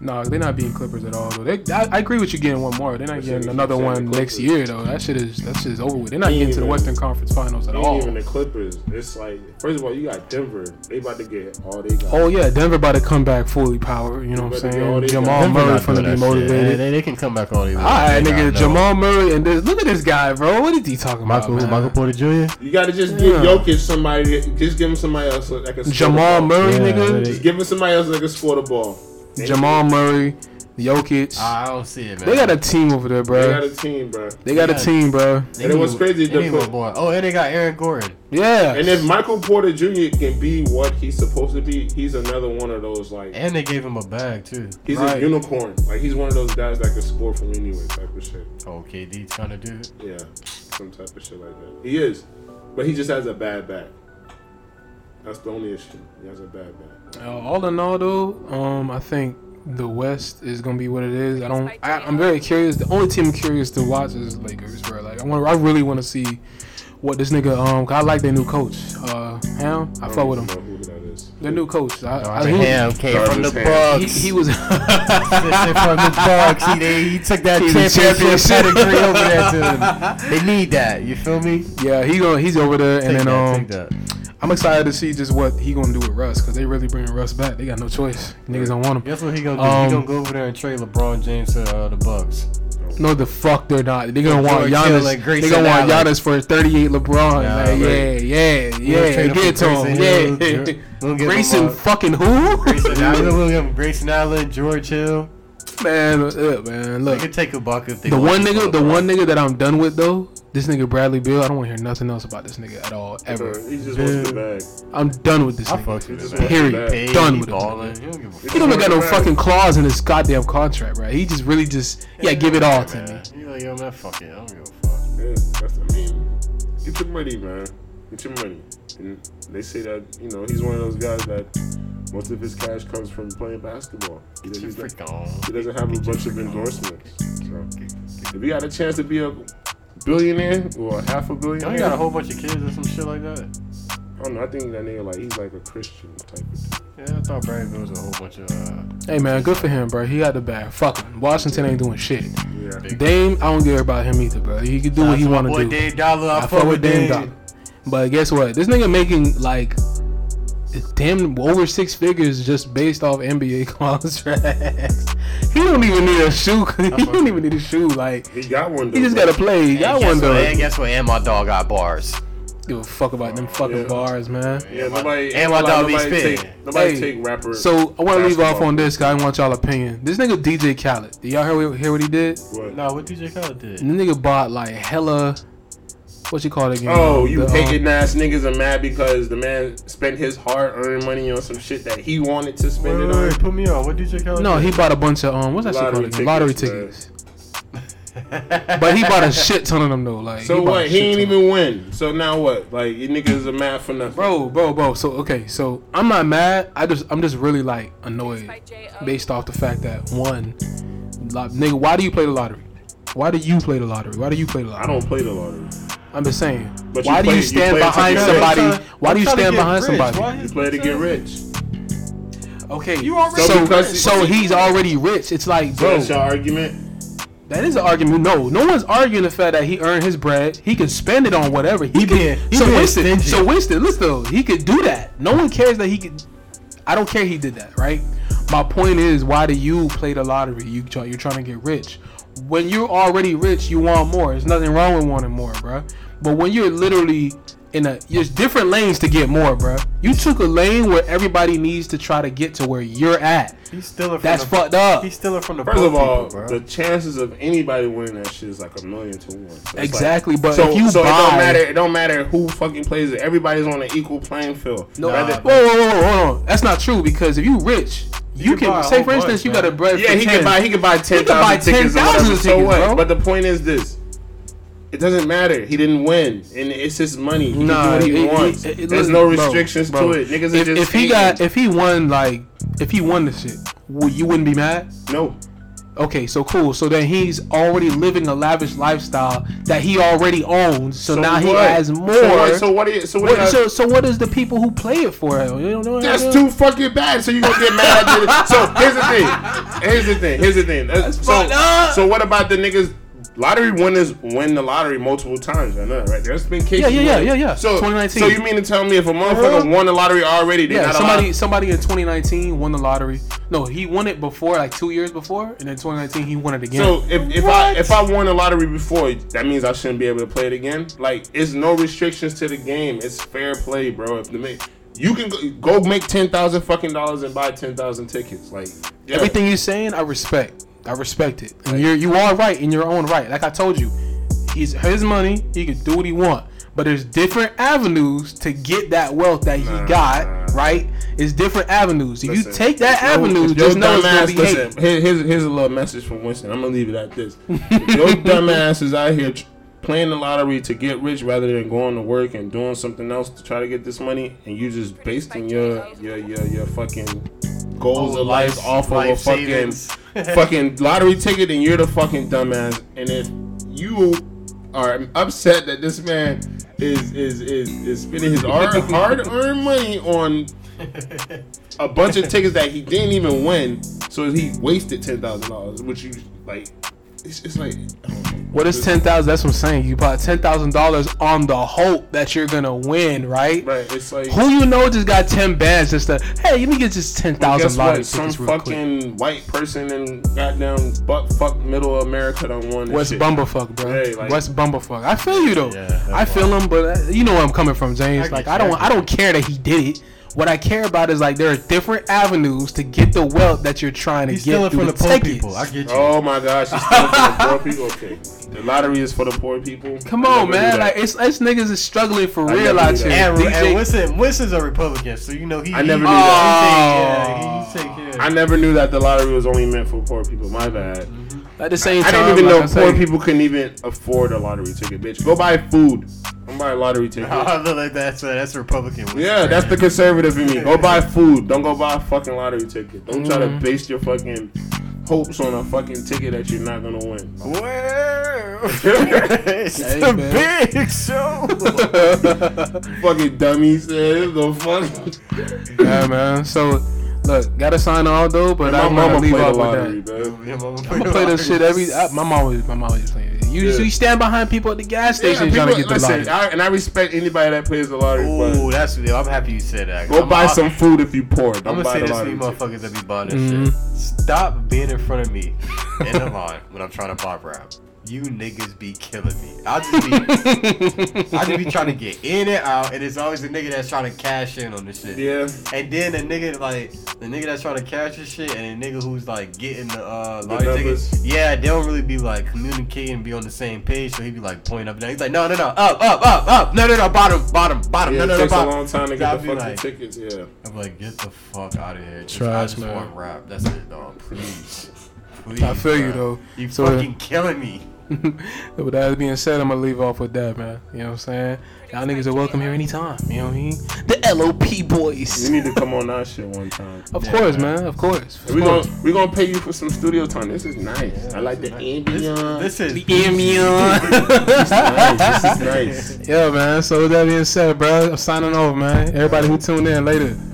S2: No, they're not being Clippers at all. Though. They, I, I agree with you getting one more. They're not
S3: That's
S2: getting
S3: it.
S2: another
S3: Same
S2: one
S3: Clippers.
S2: next year though. That shit is that shit is over with. They're not
S3: Ain't
S2: getting to the
S3: even-
S2: Western Conference Finals at
S3: Ain't
S2: all.
S3: even the Clippers. It's like first of all, you got Denver. They about to get all they got.
S2: Oh yeah, Denver about to come back fully powered. You know what I'm
S3: But they all
S2: saying?
S3: they
S2: Jamal
S3: got-
S5: Denver
S2: Murray
S5: not
S2: from
S5: doing
S2: be
S5: that shit. They,
S2: motivated.
S5: they, they can come back all they want.
S2: All right,
S5: They not
S2: nigga,
S5: know.
S2: Jamal Murray and this. Look at this guy, bro. What is he talking about?
S5: Michael,
S2: man?
S5: Michael Porter Jr.
S3: You gotta just give
S2: Yeah.
S3: Jokic somebody. Just give him somebody else that can. score the
S2: Jamal
S3: ball.
S2: Murray,
S5: Yeah,
S2: nigga.
S5: they-
S3: Just give him somebody else that can score the ball.
S2: Jamal Murray, Jokic.
S5: I don't see it, man.
S2: They got a team over there,
S3: Ah. They
S2: bro.
S3: got a team, bro.
S2: They got a
S5: Yeah.
S2: team, bro.
S5: They
S3: And it was
S5: need-
S3: crazy
S5: they
S3: to
S5: need
S3: put-
S5: one more. Oh, and they got Aaron Gordon.
S2: Yeah.
S3: And if Michael Porter Jr. can be what he's supposed to be, he's another one of those like
S5: And they gave him a bag too.
S3: he's
S2: Right.
S3: a unicorn. Like he's one of those guys that can score from anywhere type of shit.
S5: Oh, KD trying to do it.
S3: Yeah, some type of shit like that. He is, but he just has a bad back. That's the only issue. He has a bad back.
S2: Uh, all in all, though, um, I think the West is gonna be what it is. I don't. I, I'm very curious. The only team I'm curious to watch is Lakers, bro. Like I want. I really want to see what this nigga. Um, 'cause I like their new coach. Uh, Ham. I fuck with him.
S3: I don't even know who that is.
S2: Their new coach. I, I, he, was-
S5: Abraham came from the
S2: he,
S3: Darvish
S5: Bucks.
S2: he was.
S5: from the Bucks. He, they, he took that
S2: He was a
S5: championship
S2: champion.
S5: pedigree over there to them. They need that. You feel me?
S2: yeah, he going He's over there, and
S5: Take
S2: then
S5: that,
S2: um,
S5: take that.
S2: I'm excited to see just what he gonna do with Russ, cause they really bringing Russ back. They got no choice. Niggas don't want him.
S5: Guess what he gonna do?
S2: um,
S5: he gonna go over there and trade LeBron James to uh, the Bucks.
S2: No, the fuck they're not. They're gonna want
S5: George
S2: Giannis.
S5: Hill and Grayson
S2: They're gonna want
S5: Allen.
S2: Giannis for 38 LeBron.
S5: Nah,
S2: Like,
S5: right.
S2: Yeah, yeah,
S5: gonna
S2: yeah.
S5: trade him
S2: Get it
S5: for
S2: to him.
S5: Grayson Hill,
S2: Yeah.
S5: Ge- we'll get
S2: Grayson
S5: Lamar.
S2: fucking who?
S5: Grayson Allen, William, Grayson Allen, George Hill.
S2: man, look, man,
S5: They
S2: look.
S5: could take a buck if they
S2: The one
S5: want to
S2: nigga,
S5: go
S2: the
S5: to
S2: one nigga that I'm done with though. This nigga Bradley Bill. I don't want to hear nothing else about this nigga at all
S3: Bro,
S2: ever.
S3: He just wants the bag.
S2: I'm done with this
S5: I
S2: nigga.
S5: fucks with
S3: Just
S5: him, man.
S3: want-
S2: Period.
S3: Paid,
S5: Paid,
S2: done
S5: he
S2: with this nigga.
S5: balling. He don't give a
S2: He don't even got no
S3: Right.
S2: fucking clause in his goddamn contract, right? He just really just yeah, give it all to me.
S5: You like, yo, man, fuck it. I don't give a fuck.
S3: Yeah, that's I mean, get your money, man. Get your money. And they say that you know he's one of those guys that most of his cash comes from playing basketball. He
S5: Get your
S3: doesn't,
S5: freak on.
S3: he doesn't have a bunch of endorsements. So if you got a chance to be a billionaire or a half a
S5: Don't
S3: billionaire,
S5: you got a whole bunch of kids or some shit like that?
S3: I don't know. I think that nigga like he's like a Christian type of. Dude.
S5: Yeah, I thought Bradley was a whole bunch of. Uh,
S2: Hey man, good for him, bro. He got the bag. Fuck him. Washington ain't doing shit.
S3: Yeah.
S2: Dame, I don't care about him either, bro. He can do what he want to do.
S5: Dave Dollar, I,
S2: I fuck with Dame Dollar. But guess what? This nigga making like damn over six figures just based off NBA contracts. he don't even need a shoe. he don't even need a shoe. Like
S3: He got one. Though,
S2: he just gotta play. He got one though.
S5: And guess what? And my dog got bars.
S2: Give a fuck about them fucking bars, man.
S3: Yeah, nobody.
S5: And my
S3: nobody-
S5: dog be
S3: nobody
S5: spitting.
S3: take- Nobody
S2: Hey,
S3: take rapper.
S2: So I want to leave off
S3: basketball.
S2: on this. Cause I want y'all opinion. This nigga DJ Khaled. Did y'all hear, hear what he did?
S3: What?
S5: Nah, what DJ Khaled did?
S2: The nigga bought like hella. What you call it again?
S3: Oh, you
S2: The, um,
S3: hating ass niggas are mad because the man spent his hard earned money on some shit that he wanted to spend it on.
S5: put me on. What DJ Khaled?
S2: um, No, he bought a bunch of um, what's that shit
S3: Lottery
S2: called? Again? Lottery
S3: tickets,
S2: tickets. but he bought a shit ton of them though. Like
S3: So
S2: bought a
S3: what? He
S2: shit
S3: ain't
S2: ton.
S3: even win. So now what? Like you niggas are mad for nothing.
S2: Bro, bro, bro. So okay, so I'm not mad. I just I'm just really like annoyed based off the fact that one, lot, nigga, why do you play the lottery? Why do you play the lottery? Why do you play the
S3: I
S2: lottery?
S3: don't play the lottery.
S2: I'm just saying.
S3: But you
S2: why do
S3: play-
S2: you
S3: you
S2: stand
S3: play it to
S2: behind
S3: get
S2: somebody?
S5: rich.
S2: why do you
S5: I'm trying
S2: stand
S5: to get
S2: behind
S5: rich.
S2: somebody?
S5: Why his-
S3: You play to get rich.
S2: Okay.
S5: You already
S2: so,
S3: rich.
S2: so he's already rich. It's like,
S3: So
S2: bro,
S3: that's your argument.
S2: that is an argument. No, no one's arguing the fact that he earned his bread. He can spend it on whatever. He, can.
S5: being- he
S2: so
S5: being
S2: Winston,
S5: stingy.
S2: so Winston, listen though, he could do that. No one cares that he could. I don't care he did that, right? My point is, why do you play the lottery? You try, you're trying to get rich. When you're already rich, you want more. There's nothing wrong with wanting more, bruh. But when you're literally in a, there's different lanes to get more, bruh. You took a lane where everybody needs to try to get to where you're at.
S5: He's stealing. From
S2: That's
S5: the,
S2: fucked up.
S5: He's stealing from the.
S3: First
S5: poor
S3: of all,
S5: people, bro.
S3: the chances of anybody winning that shit is like a million to one. So it's like-
S2: Exactly, but
S3: so
S2: if you
S3: so
S2: buy,
S3: it don't matter. It don't matter who fucking plays it. Everybody's on an equal playing field.
S2: No,
S5: Nah,
S2: whoa, whoa, whoa, whoa, hold on. That's not true because if you rich, you,
S5: can
S2: can,
S5: buy a
S2: say
S5: whole
S2: for instance
S5: bunch,
S2: you got a
S5: man.
S2: bread.
S3: Yeah,
S2: for
S3: he
S2: 10.
S3: can buy. He can buy ten
S2: can buy
S3: thousand tickets. or
S2: 10,000
S3: whatever, So
S2: tickets,
S3: what?
S2: bro.
S3: But the point is this: it doesn't matter. He didn't win, and it's his money. He
S2: Nah,
S3: can do what he
S2: it- it-
S3: wants.
S2: it- it-
S3: There's
S2: listen,
S3: no
S2: bro,
S3: restrictions
S2: bro.
S3: to it. Niggas
S2: If,
S3: are just.
S2: if he
S3: hating.
S2: got, if he won, like, if he won the shit, would you wouldn't be mad.
S3: no,
S2: Okay, so cool. So then he's already living a lavish lifestyle that he already owns. So, now he
S3: what?
S2: has more.
S3: So what? So what? Are you, so what?
S2: What-
S3: are you-
S2: so, so what is the people who play it for? You don't know what I'm
S3: That's
S2: saying?
S3: too fucking bad. So you gonna get mad at it. So here's the thing. Here's the thing. Here's the thing. so,
S2: fucked up.
S3: so what about the niggas? Lottery winners win the lottery multiple times. I know, right? There's been cases.
S2: Yeah, yeah, yeah,
S3: where-
S2: yeah, yeah.
S3: So,
S2: 2019.
S3: so you mean to tell me if a motherfucker
S2: Uh-huh.
S3: won the lottery already, they
S2: Yeah,
S3: not
S2: somebody
S3: allowed?
S2: somebody in 2019 won the lottery. No, he won it before, like two years before, and then 2019 he won it again.
S3: So if, if I if I won the lottery before, that means I shouldn't be able to play it again. Like it's no restrictions to the game. It's fair play, bro. If the man, you can go, go make ten thousand fucking dollars and buy ten thousand tickets. Like yeah.
S2: Everything you're saying, I respect. I respect it. And you're you are right in your own right. Like I told you, he's his money. He can do what he want. But there's different avenues to get that wealth that he got. Right? It's different avenues. If you
S3: Listen,
S2: take that
S3: Yo,
S2: avenue,
S3: yo,
S2: just know it's gonna
S3: dumbass,
S2: be hate.
S3: listen, here- here's, here's a little message from Winston. I'm gonna leave it at this. If your dumbass is out here tr- playing the lottery to get rich rather than going to work and doing something else to try to get this money, and you just basting your your your, your fucking goals
S5: Whole
S3: of life
S5: life-
S3: off of a
S5: life
S3: fucking
S5: savings.
S3: fucking lottery ticket, and you're the fucking dumbass. And if you are upset that this man is is is, is spending his hard earned money on a bunch of tickets that he didn't even win, so he wasted ten thousand dollars. Which you like, it's, it's like
S2: What is ten thousand? That's what I'm saying. You bought ten thousand dollars on the hope that you're gonna win, right?
S3: right? It's like
S2: Who you know just got ten bands? Just to hey, let me get just ten
S3: guess
S2: thousand
S3: what?
S2: lottery
S3: Some
S2: tickets real quick.
S3: fucking white person in goddamn butt fuck middle America done won. this
S2: West
S3: shit.
S2: Bumblefuck, bro.
S3: Hey, like-
S2: West Bumblefuck. I feel you though.
S5: Yeah, that's
S2: I feel him, but uh, you know where I'm coming from, James. like I don't, I don't care that he did it. What I care about is like there are different avenues to get the wealth that you're trying to
S5: he's
S2: get
S5: stealing
S2: through
S5: from
S2: the,
S5: the poor
S2: tickets.
S5: people. I get you.
S3: Oh my gosh, it's still for the poor people. Okay, the lottery is for the poor people.
S2: Come
S3: I
S2: on,
S3: never
S2: man.
S3: knew
S2: Like
S3: that.
S2: it's, it's niggas is struggling for real
S3: never
S2: out
S3: knew
S2: here.
S3: that.
S5: And,
S2: DJ
S5: and Winston, Winston's a Republican, so you know he.
S3: I never
S5: he,
S3: knew that. Oh.
S5: Yeah, he, he take care.
S3: I never knew that the lottery was only meant for poor people. My bad.
S2: at the same
S3: I
S2: time,
S3: didn't even
S2: like
S3: know
S2: I
S3: poor
S2: say-
S3: people couldn't even afford a lottery ticket, bitch. Go buy food. Don't buy a lottery ticket.
S5: I look like that's uh, that's Republican. Winston.
S3: Yeah, that's the
S2: Mm-hmm.
S3: conservative in me. Go buy food. Don't go buy a fucking lottery ticket. Don't try to base your fucking hopes on a fucking ticket that you're not gonna win.
S5: Where? it's
S2: Hey,
S5: the
S2: man.
S5: big show.
S3: fucking dummies, man. The fuck.
S2: yeah, man. So, look, gotta sign all though, but
S3: My
S2: I'm gonna
S3: mama
S2: leave
S3: played the
S2: off with that.
S3: lottery, man.
S2: I play this shit every. I, my mom was my mom was playing. it. You,
S3: Yeah.
S2: so you stand behind people at the gas station
S3: Yeah,
S2: trying to
S3: people-
S2: get the
S3: listen,
S2: lottery.
S3: I, and I respect anybody that plays the lottery.
S5: Ooh,
S3: but
S5: that's yo, I'm happy you said that.
S3: go
S5: I'm,
S3: buy
S5: I'm-
S3: some food if you poor. Don't
S5: I'm gonna
S3: buy
S5: say
S3: the
S5: this to
S3: lottery.
S5: you
S3: ticket.
S5: motherfuckers that be buying this
S3: Mm-hmm.
S5: shit. Stop being in front of me in the line when I'm trying to buy rap. You niggas be killing me. I just be, I just be trying to get in and out, and it's always the nigga that's trying to cash in on this shit.
S3: Yeah,
S5: And then the nigga like the nigga that's trying to cash this shit, and the nigga who's like getting the uh lottery
S3: numbers.
S5: tickets, yeah, they don't really be like communicating, be on the same page. So he be like pointing up and down. He's like, no, no, no, up, up, up, up, no, no, no, bottom, bottom, bottom,
S3: yeah
S5: no,
S3: it
S5: no, no,
S3: takes a
S5: bottom.
S3: long time to
S5: I'll
S3: get
S5: be
S3: the fucking
S5: like-
S3: tickets. Yeah,
S5: I'm like, get the fuck out of here. Just, I
S2: Trash,
S5: just
S2: man.
S5: want rap. That's it, dog. Please. Please,
S2: I feel you,
S5: bruh.
S2: though.
S5: You
S2: So-
S5: fucking killing me.
S2: With that being said, I'm gonna leave off with that, man. You know what I'm saying? Y'all niggas are welcome here anytime. You know what I mean? The LOP
S3: you
S2: boys.
S3: need to come on our shit one time.
S5: Oh,
S2: Of course, man. Of course.
S3: We gonna we gonna pay you for some studio time. This is nice. I like the
S2: uh,
S3: ambiance.
S5: This is
S3: nice. This is nice.
S2: Yeah, man. So with that being said, bro, I'm signing off, man. Everybody who tuned in later.